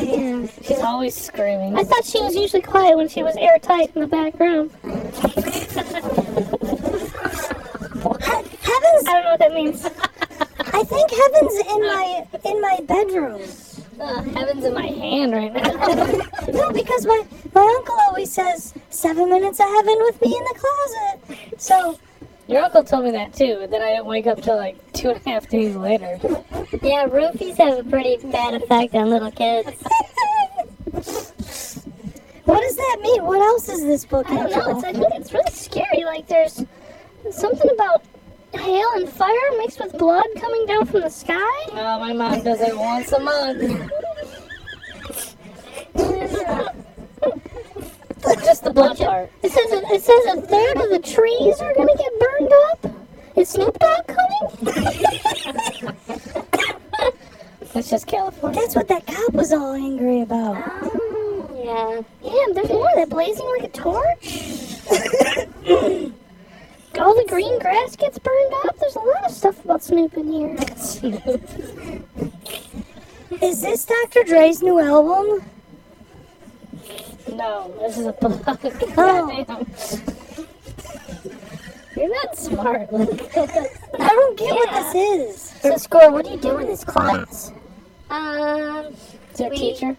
She's always screaming. I thought she was usually quiet when she was airtight in the back room. [laughs] Heaven's. I don't know what that means. I think heaven's in my in my bedroom. Uh, heaven's in my hand right now. [laughs] no, because my my uncle always says seven minutes of heaven with me in the closet. So Your uncle told me that too, but then I didn't wake up till like two and a half days later. Yeah, roofies have a pretty bad effect on little kids. what does that mean? What else is this book? I don't know. It's, I think it's really scary. Like there's something about hail and fire mixed with blood coming down from the sky. No, my mom does it once a month. [laughs] Just the blood part. It says a, it says a third of the trees are gonna get burned up. Is Snoop Dogg [laughs] coming? That's just California. That's what that cop was all angry about. Um, yeah. Yeah. There's more. That blazing like a torch. All the green grass gets burned up. There's a lot of stuff about Snoop in here. Is this Dr. Dre's new album? No, this is a book. [laughs] Oh. You're not smart. I don't get what this is. So, Score, what do you do in this class? Um, Is there a we- teacher?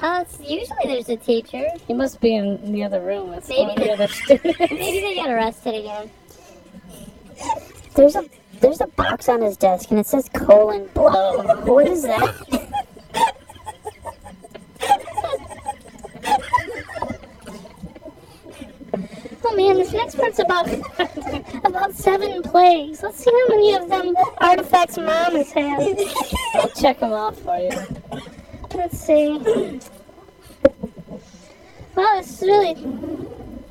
Uh, it's- usually there's a teacher. You must be in the other room with Maybe one of the they- other students. Maybe they got arrested again. There's a there's a box on his desk and it says colon blow. What is that? [laughs] Oh man, this next part's about [laughs] about seven plagues. Let's see how many of them artifacts mom has had. I'll check them off for you. Let's see. Wow, this is really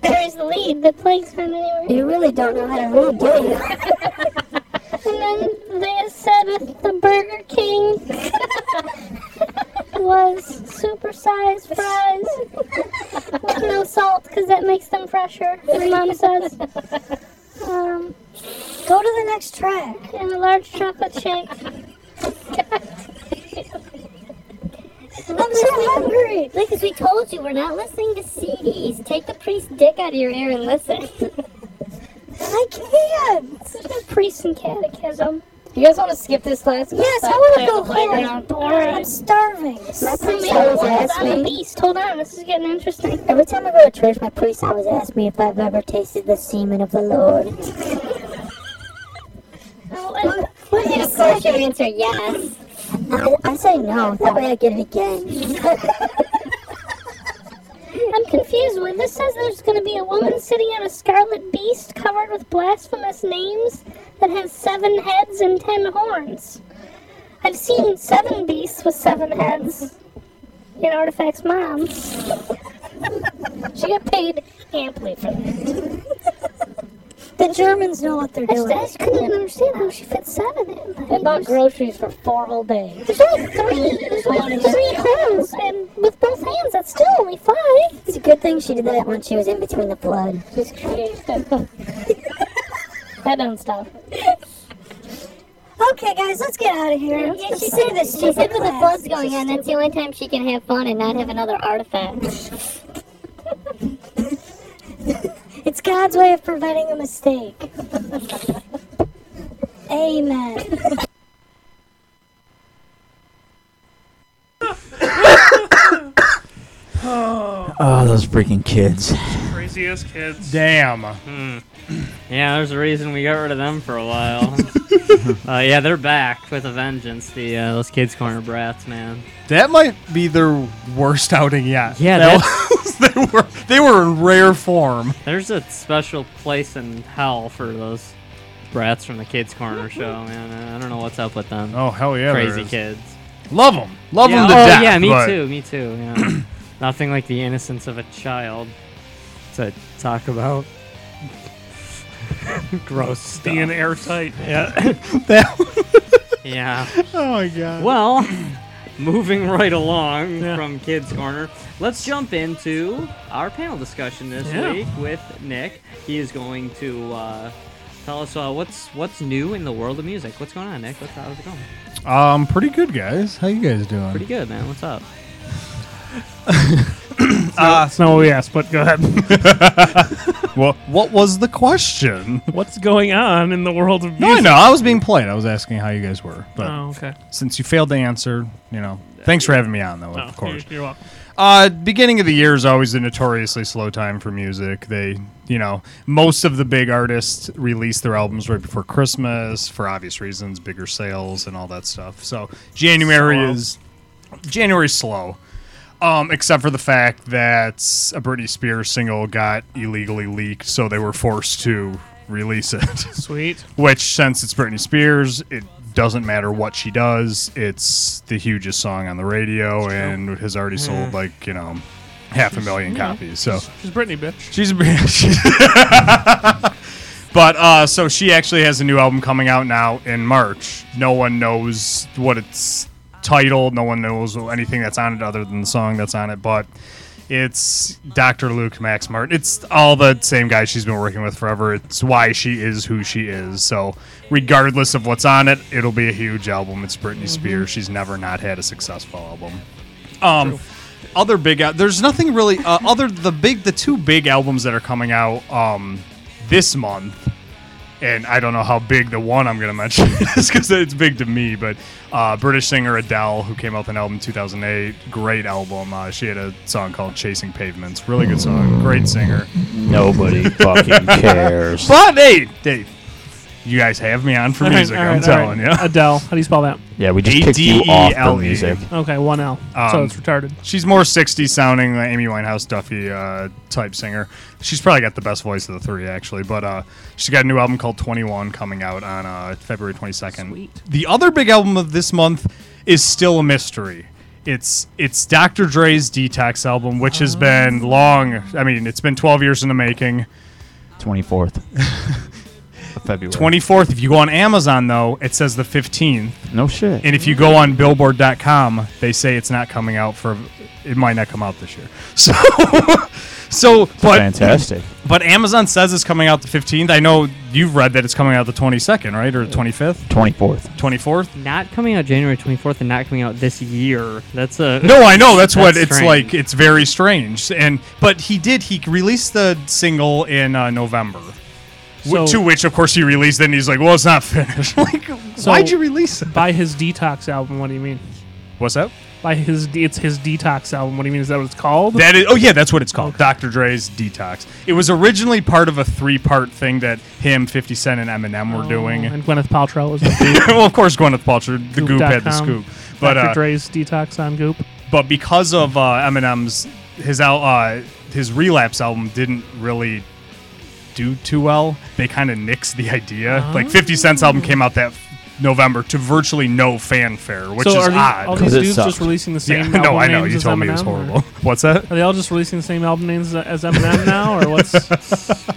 buries the lead. The plagues aren't anywhere. You really don't know how to read, do you? [laughs] and then they said the Burger [laughs] [laughs] King was supersized fries with no salt because that makes them fresher. My mom [laughs] says. Um, Go to the next track. and a large chocolate shake. [laughs] I'm so hungry. Because we told you we're not listening to CDs. Take the priest's dick out of your ear and listen. I can't. Priest and catechism. You guys want to skip this class? Yes, I want wanna go home. I'm starving. My priest Yeah, always well, asks I'm a me. beast. Hold on, this is getting interesting. Every time I go to church, my priest always asks me if I've ever tasted the semen of the Lord. Oh, and what if of course your answer yes? I, I say no. That way I get it again. I'm confused. When this says there's going to be a woman sitting on a scarlet beast covered with blasphemous names that has seven heads and ten horns. I've seen seven beasts with seven heads in Artifact's mom. She got paid amply for that. The Germans know what they're I just, doing. I just couldn't even understand how she fit seven in. I I mean, bought there's, groceries for four whole days. there's only three. There's only three hands, and with both hands, that's still only five. It's a good thing she did that when she was in between the blood. She's creative. that don't stop. Okay, guys, let's get out of here. Yeah, she Let's said do this She said stupid with the class. floods going on, that's the only time she can have fun and not have another artifact. [laughs] It's God's way of preventing a mistake. Amen. Oh, those freaking kids. Crazy ass kids. Damn. Yeah, there's a reason we got rid of them for a [laughs] while. uh, yeah, they're back with a vengeance. The uh, those kids corner brats, man. That might be their worst outing yet. Yeah, That that- was- [laughs] they were they were in rare form. There's a special place in hell for those brats from the kids corner show, man. Uh, I don't know what's up with them. Oh, hell yeah, there crazy is. kids. Love 'em. Love yeah, 'em to oh, death, Yeah, me but- [laughs] too. Me too. [clears throat] Yeah. Nothing like the innocence of a child to [laughs] talk about. [laughs] Gross stuff. Being airtight. Yeah. yeah. [laughs] Oh my god. Well, [coughs] moving right along from Kids Corner, let's jump into our panel discussion this Yeah. week with Nick. He is going to uh, tell us uh, what's what's new in the world of music. What's going on, Nick? What's, how's it going? Um, pretty good guys. How you guys doing? Pretty good, man. What's up? That's not what we asked, Ah, but go ahead. [laughs] well, what was the question? What's going on in the world of music? No, I know. I was being polite. I was asking how you guys were. But Oh, okay. Since you failed to answer, you know, thanks for having me on, though. Oh, of course. you're- you're welcome. Uh, beginning of the year is always a notoriously slow time for music. They, you know, most of the big artists release their albums right before Christmas for obvious reasons, bigger sales and all that stuff. So January Slow. is January's slow. Um, except for the fact that a Britney Spears single got illegally leaked, so they were forced to release it. [laughs] Sweet. Which, since it's Britney Spears, it doesn't matter what she does. It's the hugest song on the radio and has already sold Mm. like you know half a million Yeah. copies. So She's Britney, bitch. [laughs] She's a but uh, so she actually has a new album coming out now in March. No one knows what it's titled. No one knows anything that's on it other than the song that's on it. But it's Dr. Luke Max Martin. It's all the same guy she's been working with forever. It's why she is who she is. So regardless of what's on it, it'll be a huge album. It's Britney Spears. She's never not had a successful album. Um, other big out. There's nothing really uh, other the big the two big albums that are coming out um, this month, and I don't know how big the one I'm gonna mention [laughs] is because it's big to me. But uh, British singer Adele, who came out with an album in 2008, great album. Uh, she had a song called "Chasing Pavements," really good song, great singer. Nobody fucking cares. But hey, Dave, you guys have me on for All right, music. all I'm right, all right. telling [laughs] you. Adele. How do you spell that? Yeah, we just picked you off for music. Okay, one L. so Um, it's retarded. She's more 60s sounding like Amy Winehouse Duffy uh, type singer. She's probably got the best voice of the three, actually. But uh, she's got a new album called 21 coming out on uh, February 22nd. The other big album of this month is still a mystery. It's it's Dr. Dre's Detox album, which has been long. I mean, it's been 12 years in the making. 24th of February. 24th. If you go on Amazon, though, it says the 15th. No shit. And if you go on Billboard.com, they say it's not coming out for. It might not come out this year. [laughs] So, so but Fantastic. But Amazon says it's coming out the 15th. I know you've read that it's coming out the 22nd, right, or the 25th, 24th, 24th. Not coming out January 24th and not coming out this year. That's a No, I know that's, what it's strange. like. It's very strange. And but he did. He released the single in uh, November. So- Wh- to which, of course, he released it, and he's like, "Well, it's not finished." [laughs] like, why'd you release it? By his detox album. What do you mean? what's up? By his, de- it's his detox album. What do you mean? Is that what it's called? That is, oh yeah, that's what it's called. Dr. Dre's Detox. It was originally part of a three-part thing that him, 50 Cent, and Eminem were doing. Oh, And Gwyneth Paltrow was. [laughs] well, of course, Gwyneth Paltrow, the Goop, had the Goop.com. scoop, but Dr. uh, Dre's detox on Goop. but because of uh, Eminem's his al- uh, his relapse album didn't really do too well. They kind of nixed the idea. Like 50 Cent's album came out that f- November to virtually no fanfare, which so is are these, odd. All these dudes just releasing the same. [laughs] Yeah, [laughs] no, album I know. names You as told me it was Eminem, or- horrible. [laughs] What's that? Are they all just releasing the same album names as [laughs] Eminem now, or what's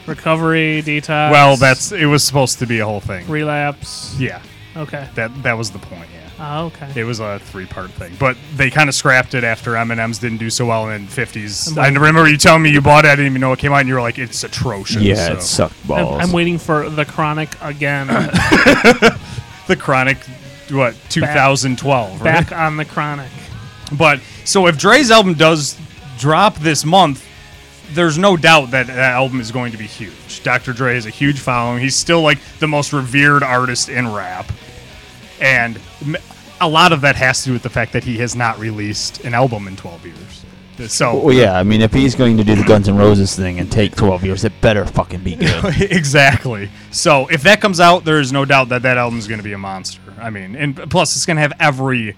recovery detox? well, that's it was supposed to be a whole thing. relapse. Yeah. Okay. That that was the point. Yeah. Oh, okay. It was a three part thing, but they kind of scrapped it after Eminem's didn't do so well in fifties. I'm I like- remember you telling me you bought it. I didn't even know it came out, and you were like, "It's atrocious." Yeah, so. it sucked I'm- balls. I'm waiting for the chronic [coughs] again. the chronic, what 2012, right? Back on the chronic. But so if Dre's album does drop this month, there's no doubt that that album is going to be huge. Dr. Dre has a huge following. He's still like the most revered artist in rap, and m- a lot of that has to do with the fact that he has not released an album in 12 years. So [laughs] Well, yeah, I mean, if he's going to do the Guns N' Roses thing and take 12 years, it better fucking [laughs] be good. exactly. So if that comes out, there is no doubt that that album is going to be a monster. I mean, and plus it's going to have every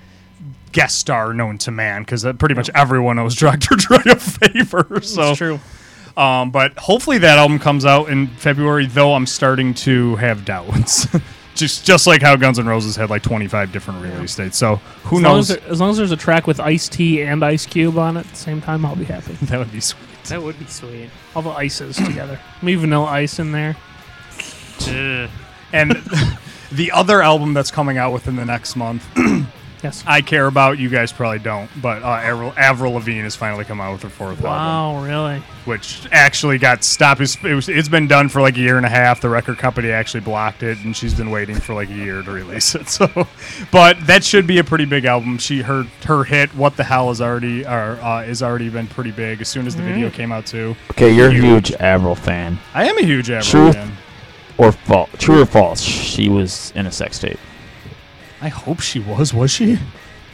guest star known to man because pretty much everyone owes [laughs] Dr. Dre a favor. So true. Um, but hopefully that album comes out in February. Though I'm starting to have doubts. [laughs] Just, just like how Guns N' Roses had like 25 different release dates. So who as Long as, knows? there- as long as there's a track with Ice T and Ice Cube on it at the same time, I'll be [coughs] happy. that would be sweet. That would be sweet. All the ices together. Maybe vanilla ice in there. and [laughs] the other album that's coming out within the next month. yes. I care about. You guys probably don't, but uh, Avril, Avril Lavigne has finally come out with her fourth album, Wow, really? which actually got stopped. It's, it was, it's been done for like a year and a half. The record company actually blocked it, and she's been waiting for like a year to release it. [laughs] So, but that should be a pretty big album. She her her hit "What the Hell" is already or, uh, is already been pretty big. As soon as the video came out too. Okay, you're a huge Avril fan. I am a huge Avril Truth fan. Or false? True or false? She was in a sex tape. I hope she was. Was she?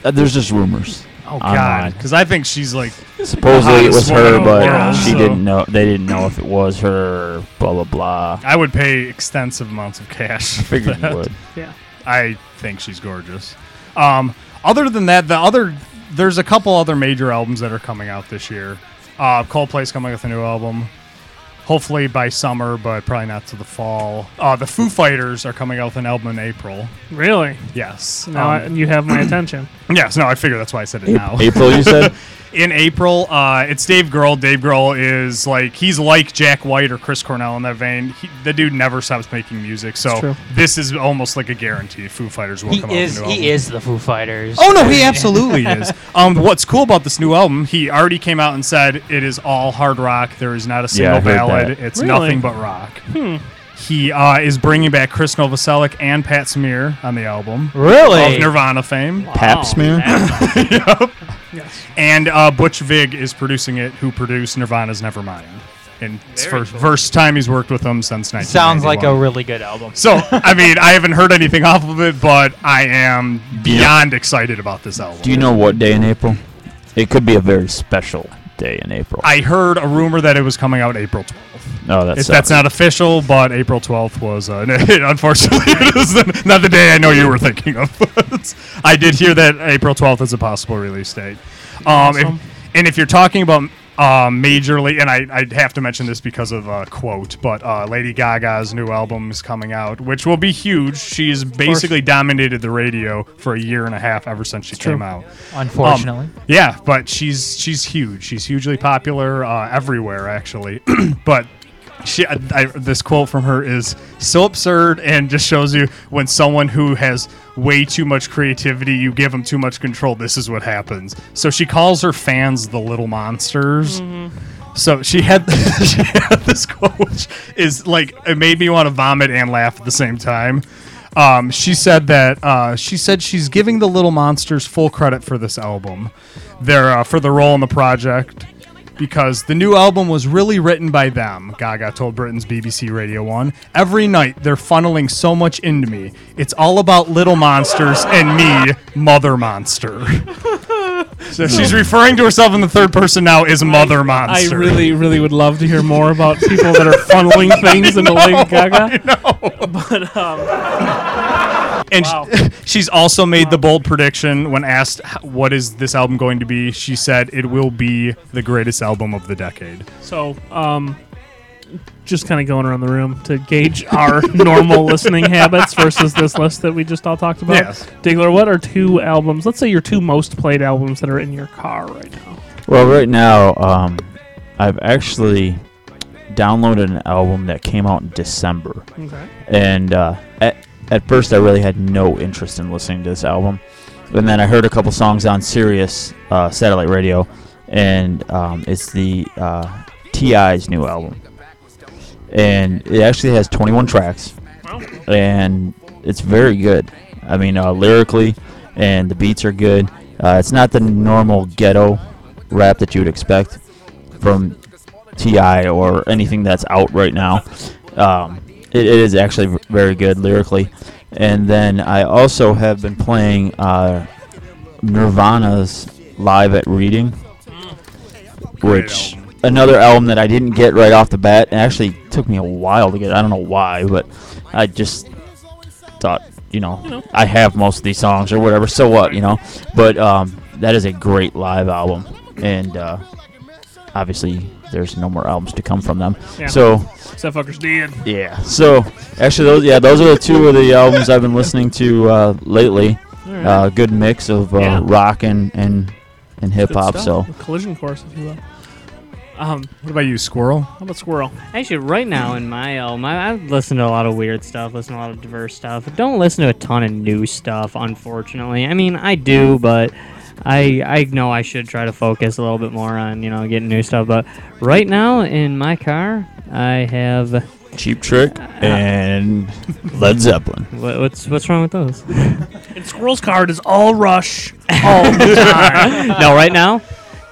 Uh, there's just rumors. Oh God, online. because I think she's like Supposedly it was hottest woman her, in the but world, she so- didn't know. They didn't know if it was her. Blah blah blah. I would pay extensive amounts of cash. for Figured you that. would. Yeah. I think she's gorgeous. Um, other than that, the other there's a couple other major albums that are coming out this year. Uh, Coldplay's coming with a new album, hopefully by summer, but probably not to the fall. Uh, the Foo Fighters are coming out with an album in April. Really? Yes. Um, Now I- you have [coughs] my attention. Yes. No, I figure that's why I said it A- now. April, you said? in April, uh, it's Dave Grohl. Dave Grohl is like he's like Jack White or Chris Cornell in that vein. He, the dude never stops making music, It's so true. this is almost like a guarantee. Foo Fighters will He come is out. with a new he album. is the Foo Fighters. Oh no, he absolutely [laughs] is. Um, what's cool about this new album? He already came out and said it is all hard rock. There is not a Yeah, I single heard ballad. that. It's Really? nothing but rock. Hmm. He uh, is bringing back Chris Novoselic and Pat Smear on the album. Really? Oh, Of Nirvana fame. Pap Wow. Oh. Smear? yep. Yes. And uh, Butch Vig is producing it, who produced Nirvana's Nevermind. And it's Very first, first time he's worked with them since 1991. Sounds like a really good album. So, I mean, I haven't heard anything off of it, but I am beyond excited about this album. Do you know what day in April? It could be a very special day in April. I heard a rumor that it was coming out April 12th. No, that's If that's not official, but April 12th was, uh, [laughs] unfortunately, it is the- not the day I know you were thinking of. [laughs] But I did hear that April 12th is a possible release date. Um, if- Awesome. and if you're talking about uh, majorly, and I, I have to mention this because of a quote, but uh, Lady Gaga's new album is coming out, which will be huge. She's basically dominated the radio for a year and a half ever since she came true. out. Unfortunately. Um, yeah, but she's she's huge. She's hugely popular uh, everywhere, actually. [clears throat] but she, I, I, this quote from her is so absurd and just shows you when someone who has way too much creativity, you give them too much control. This is what happens. So she calls her fans the little monsters. So she had, [laughs] she had this quote, which is like it made me want to vomit and laugh at the same time. Um, she said that uh, she said she's giving the Little Monsters full credit for this album, their uh, for the role in the project, because the new album was really written by them. Gaga told Britain's BBC Radio One. Every night they're funneling so much into me. It's all about Little Monsters and me, Mother Monster. [laughs] so she's referring to herself in the third person now as Mother I Monster. really, really would love to hear more about people that are [laughs] funneling things into Lady Gaga. [laughs] But um, And sh [laughs] she's also made the bold prediction when asked "H- what is this album going to be. She said it will be the greatest album of the decade. so um, just kind of going around the room to gauge our [laughs] normal listening habits versus this list that we just all talked about. Yes. Diggler, what are two albums? Let's say your two most played albums that are in your car right now. Well, right now, um, I've actually downloaded an album that came out in December. Okay. And uh, at, at first, I really had no interest in listening to this album. And then I heard a couple songs on Sirius uh, satellite radio, and um, it's the uh, T.I.'s new album. And it actually has 21 tracks, and it's very good. I mean, uh, lyrically, and the beats are good. Uh, it's not the normal ghetto rap that you would expect from Ti or anything that's out right now. Um, it, it is actually v- very good lyrically. And then I also have been playing uh, Nirvana's live at Reading, which another album that I didn't get right off the bat. It actually took me a while to get. I don't know why, but I just thought, you know, I have most of these songs or whatever. So what, you know? But um, that is a great live album, and uh, obviously there's no more albums to come from them. Yeah. So that fucker's dead. yeah. So actually, those yeah, those are the two of the albums I've been listening to uh, lately. Alright. Uh, good mix of uh, Yeah. rock and and, and hip Good hop. stuff. So A collision course, if you will. Um, What about [laughs] you, Squirrel? how about squirrel? Actually, right now in my album, I, I listen to a lot of weird stuff, listen to a lot of diverse stuff. Don't listen to a ton of new stuff, unfortunately. I mean, I do, but I I know I should try to focus a little bit more on you know getting new stuff. But right now in my car, I have Cheap Trick and [laughs] Led Zeppelin. What, what's what's wrong with those? And squirrel's card is all rush all the time. no, right now,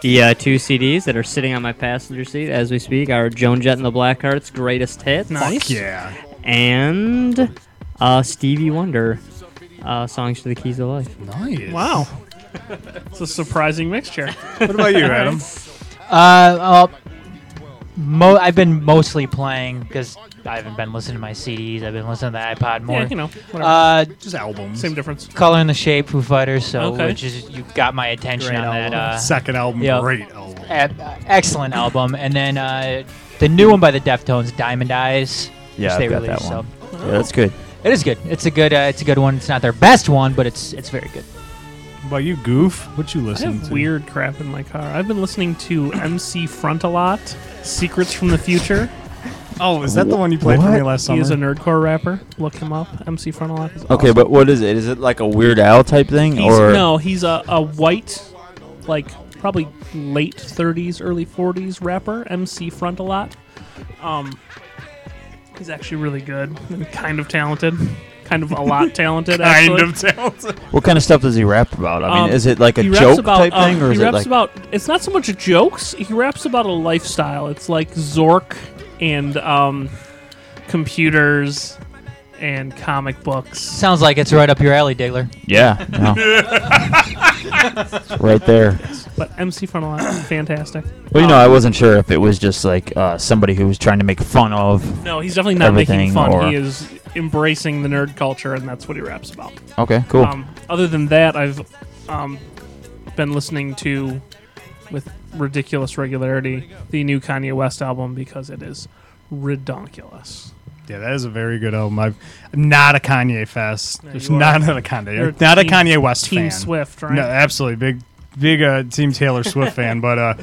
the uh, two CDs that are sitting on my passenger seat as we speak are Joan Jett and the Blackhearts' greatest hits. Nice. Fuck yeah. And uh, Stevie Wonder, uh, songs to the keys of life. Nice. Wow. It's a surprising mixture. What about [laughs] you, Adam? Uh, well, mo- I've been mostly playing because I haven't been listening to my CDs. I've been listening to the iPod more. Yeah, you know, whatever. Uh, Just albums. Same difference. Color in the Shape, Foo Fighters. So, Okay. which is you got my attention Great on that. album. Uh, Second album, yeah. great album. E- uh, excellent album, and then uh, the new one by the Deftones, Diamond Eyes. Yeah, which I've they got released. that one. So. Yeah, that's good. It is good. It's a good. Uh, it's a good one. It's not their best one, but it's it's very good. What about you, Goof? What you I listen have to? weird crap in my car. I've been listening to MC Front a lot, Secrets from the Future. Oh, is that the one you played for me last He is a summer? nerdcore rapper. Look him up. MC Front a lot. is Okay, but what is it? Is it like a Weird Al type thing, He's, or no, he's a, a white, like probably late 30s, early 40s rapper, MC Frontalot. Um, he's actually really good and kind of talented. Kind of a [laughs] lot talented, Kind actually. of talented. what kind of stuff does he rap about? I mean, Um, is it like a he raps joke about, type um, thing, or he is it raps like about? It's not so much jokes. He raps about a lifestyle. It's like Zork and um, computers and comic books. Sounds like it's right up your alley, Diggler. yeah, [laughs] no, right there? But MC Frontalot, [coughs] fantastic. Well, you know, I wasn't sure if it was just like uh, somebody who was trying to make fun of. No, he's definitely not making everything, fun. Or, He is embracing the nerd culture, and that's what he raps about. Okay, cool. Um, other than that, I've um, been listening to, with ridiculous regularity, the new Kanye West album because it is redonkulous. [laughs] Yeah, that is a very good album. I've I'm not a Kanye fest. There's you are. not a Kanye. You're a not a team- Kanye West Team fan. Swift, right? No, uh, absolutely big, big uh, team Taylor Swift fan. But uh,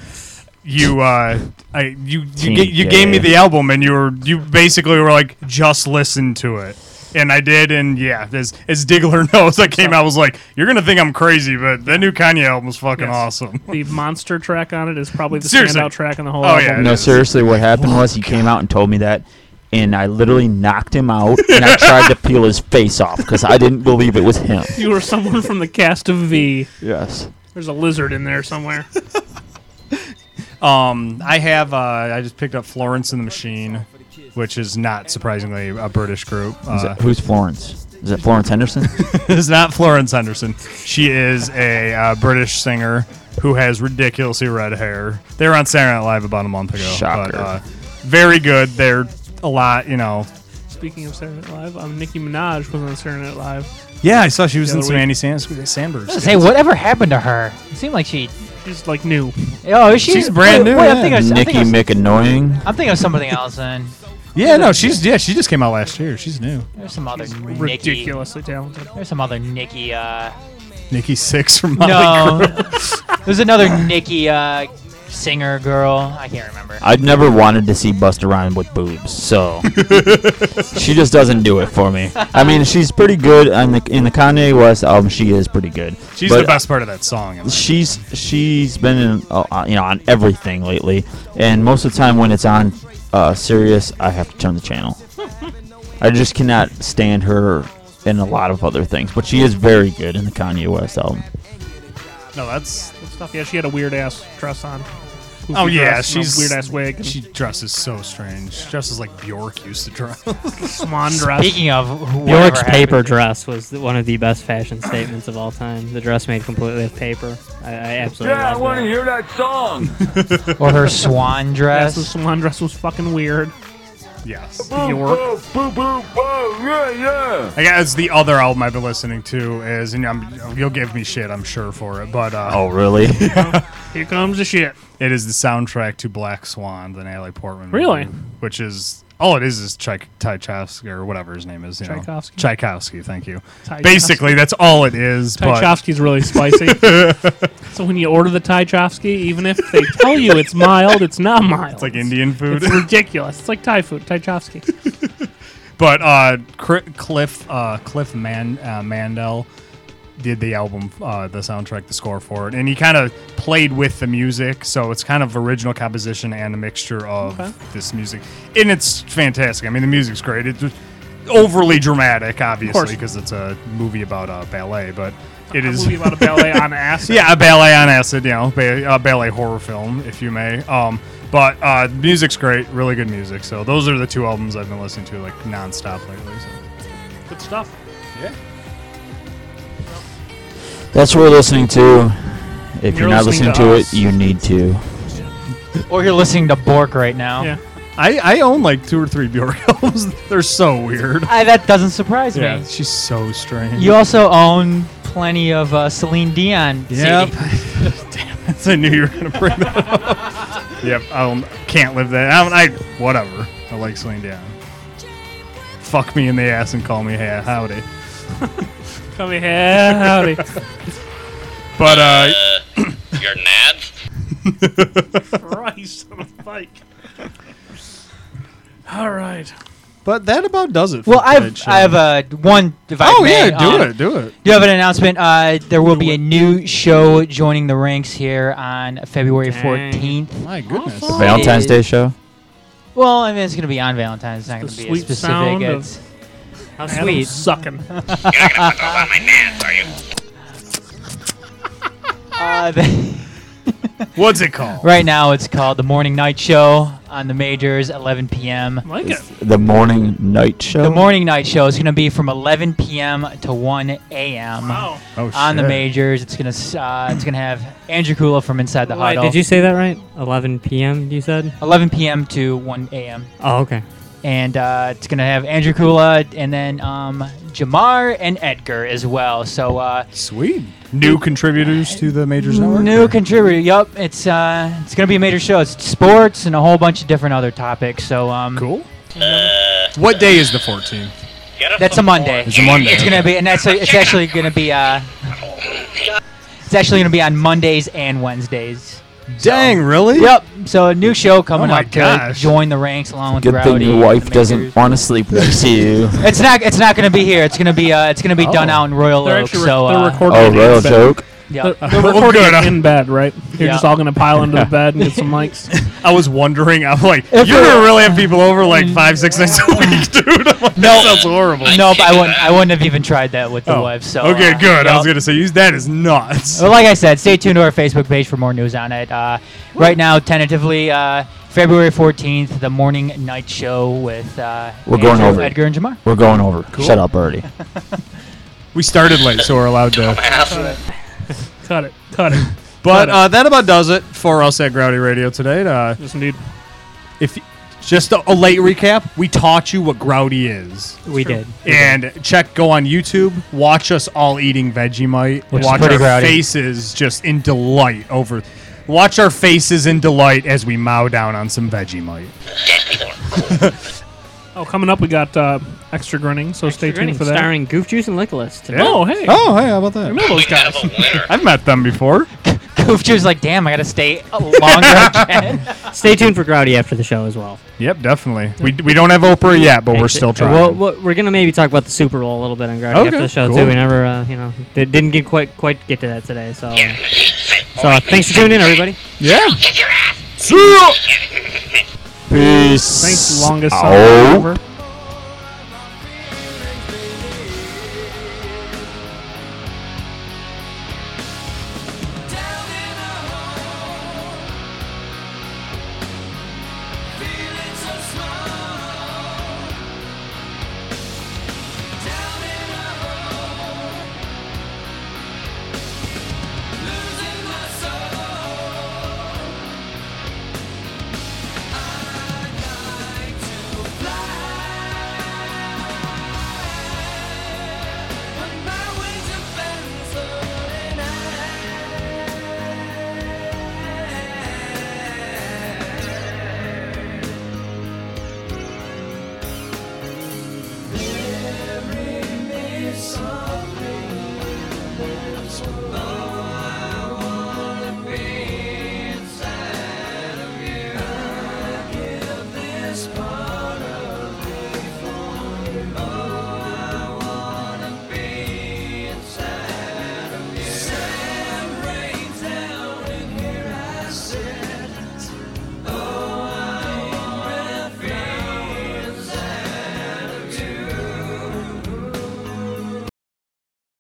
you, uh, I, you, you, Team ga- you Jay. gave me the album, and you were you basically were like, just listen to it. And I did, and yeah, as, as Diggler [laughs] knows, I came out. I was like, "You're gonna think I'm crazy," but that new Kanye album is fucking Yes. awesome. [laughs] The monster track on it is probably the Seriously. standout track on the whole Oh, yeah, album. no, seriously, what happened was he came out and told me that, and I literally knocked him out, and I tried to peel his face off because I didn't believe it was him. You were someone from the cast of V. Yes. There's a lizard in there [laughs] somewhere. Um, I have. Uh, I just picked up Florence and the Machine, which is not surprisingly a British group. Is Uh, it- who's Florence? Is it Florence Henderson? [laughs] it's not Florence Henderson. She is a uh, British singer who has ridiculously red hair. They were on Saturday Night Live about a month ago. Shocker. But, uh, very good. They're a lot. You know. Speaking of Saturday Night Live, um, Nicki Minaj was on Saturday Night Live. Yeah, I saw she was The in other some week. Andy Sand- Sandberg. Say, whatever happened to her? It seemed like she. She's like new. Oh, is she- She's brand wait, new, Wait, I'm yeah. thinking. Of, Nikki I'm thinking, McAnnoying. of, I'm thinking of something else. Then Yeah, no, she's yeah, she just came out last year. She's new. there's some other Nikki. Ridiculously talented. There's some other [laughs] Nikki. Uh, Nikki Six from Molly no, Crew. [laughs] there's another Nikki uh, singer girl. I can't remember. I've never wanted to see Buster Rhymes with boobs, so she just doesn't do it for me. I mean, she's pretty good on the in the Kanye West album. She is pretty good. She's But the best part of that song. in my She's she's been in uh, uh, you know on everything lately, and most of the time when it's on uh, Sirius, I have to turn the channel. I just cannot stand her in a lot of other things, but she is very good in the Kanye West album. No, that's Good stuff. Yeah, she had a weird ass dress on. poofy Oh yeah, dress and a she's weird-ass wig. She dresses so strange. Dresses like Bjork used to dress. [laughs] Swan dress. Speaking of Bjork's paper dress was th- one of the best fashion statements of all time. The dress made completely of paper. I, I absolutely Yeah, I love want to hear that [laughs] song. that. Or her [laughs] swan Yes, dress. the swan dress was fucking weird. Yes. Bjork. Boo, boo, boo, boo, yeah, yeah. I guess the other album I've been listening to is, and I'm, you'll give me shit, I'm sure, for it. But uh, Oh, really? Here comes the shit. It is the soundtrack to Black Swan, the Natalie Portman. Really? movie, which is all it is is Tchaik- Tchaikovsky or whatever his name is. You Tchaikovsky? Know. Tchaikovsky. Thank you. Tchaikovsky. Basically, that's all it is. but- Tchaikovsky's really spicy. [laughs] so when you order the Tchaikovsky, even if they tell you it's mild, it's not mild. It's like Indian food. It's ridiculous. It's like Thai food. Tchaikovsky. But uh, Cri- Cliff uh, Cliff Man uh, Mandel did the album, uh, the soundtrack, the score for it, and he kind of played with the music, so it's kind of original composition and a mixture of Okay. this music, and it's fantastic. I mean, the music's great. It's just overly dramatic, obviously, because it's a movie about uh, ballet, but it is movie about a ballet [laughs] on acid. yeah, a ballet on acid. You know, ba- a ballet horror film, if you may. Um, but uh, music's great, really good music. So those are the two albums I've been listening to like nonstop lately. So. Good stuff. Yeah. [laughs] That's what we're listening to. If you're, You're not listening listening to to, us. it, you need to. Or you're listening to Bork right now. Yeah. I, I own like two or three Bjork [laughs] albums. They're so weird. I, that doesn't surprise yeah, me. she's so strange. You also own plenty of uh, Celine Dion. Yep. CD. [laughs] I knew you were gonna bring that up. [laughs] yep, I don't- can't live that. I, don't- I whatever. I like Celine Dion. Fuck me in the ass and call me ha- howdy. Come here, howdy. But uh, your nads? Christ on a bike. All right. but that about does it. For Well, I've tonight's show. I have uh, one. If I Oh, may, yeah, do um, it, do it. Do you have an announcement? Uh, there will be a new show joining the ranks here on February fourteenth. My goodness, The Valentine's Day show. Well, I mean, it's gonna be on Valentine's. It's not It's gonna the be as sweet specific. sound of it's How Adam sweet. sucking. You're not gonna put those on my nads, are you? Uh, the- [laughs] What's it called? Right now, it's called the Morning Night Show on the majors, 11 p.m. Like it. The morning night show. The morning night show is going to be from 11 p.m. to 1 a.m. Oh, on the shit. majors. It's going to uh, it's going to have Andrew Kula from Inside the Wait, Huddle. did you say that right? 11 p.m. You said. 11 p.m. to 1 a.m. Oh, okay. And uh, it's going to have Andrew Kula and then um, Jamar and Edgar as well. So uh, sweet new contributors to the majors network. New contributor. Yup. It's uh, it's gonna be a major show. It's sports and a whole bunch of different other topics. So um. Cool. What day is the 14th? That's a Monday. It's a Monday, It's gonna okay. be, and that's it's actually gonna be uh. It's actually gonna be on Mondays and Wednesdays. Dang, really? Yep. So a new show coming Oh my up gosh. to join the ranks along with Good thing Rowdy your and wife the doesn't Majors. want to sleep next to [laughs] you. It's not. It's not gonna be here. It's gonna be. Uh, it's gonna be Oh. done out in Royal They're Oak. actually So rec- they're uh, recording Oh, it in real bed. joke? [laughs] Yeah. They're, they're Well, recording good. it in bed, right? You're Yeah. just all gonna pile [laughs] into the bed and get some mics. I was wondering. I'm like, If you're it- gonna really have people over like five, six Mm. nights a week, [laughs] dude. I'm like, that sounds horrible. Nope, I wouldn't. I wouldn't have even tried that with the Oh, wife. So okay, uh, good. I was yep. gonna say, use that is nuts. Well, like I said, stay tuned to our Facebook page for more news on it. Uh, right now, tentatively, uh, February 14th, the morning night show with uh, We're going Andrew, over. Edgar and Jamar. [laughs] We're going over. Shut up already. We started late, so we're allowed to. Cut it. Cut it. But uh, that about does it for us at Grouty Radio today. Uh, yes, indeed. If y- just a, a late recap, we taught you what Grouty is. We did. We And check, go on YouTube, watch us all eating Vegemite, Which is watch our pretty growdy. faces just in delight over. Watch our faces in delight as we mow down on some Vegemite. Oh, coming up we got uh, extra grinning, so stay tuned Grinning, for that. starring Goof Juice and Lickless. Yeah. Oh hey. Oh, hey, how about I that? know those guys. I've met them before. Goof Jew's like, damn, I gotta stay [laughs] longer again. Stay tuned for Grouty after the show as well. Yep, definitely. We, we don't have Oprah yet, but we're still trying. Well, well, we're gonna maybe talk about the Super Bowl a little bit on Grouty Okay, after the show cool. too. We never, uh, you know, di- didn't get quite quite get to that today. So, so uh, thanks for tuning in, everybody. yeah. See ya. Peace. Thanks, longest song out. ever. Down in a hole, Oh.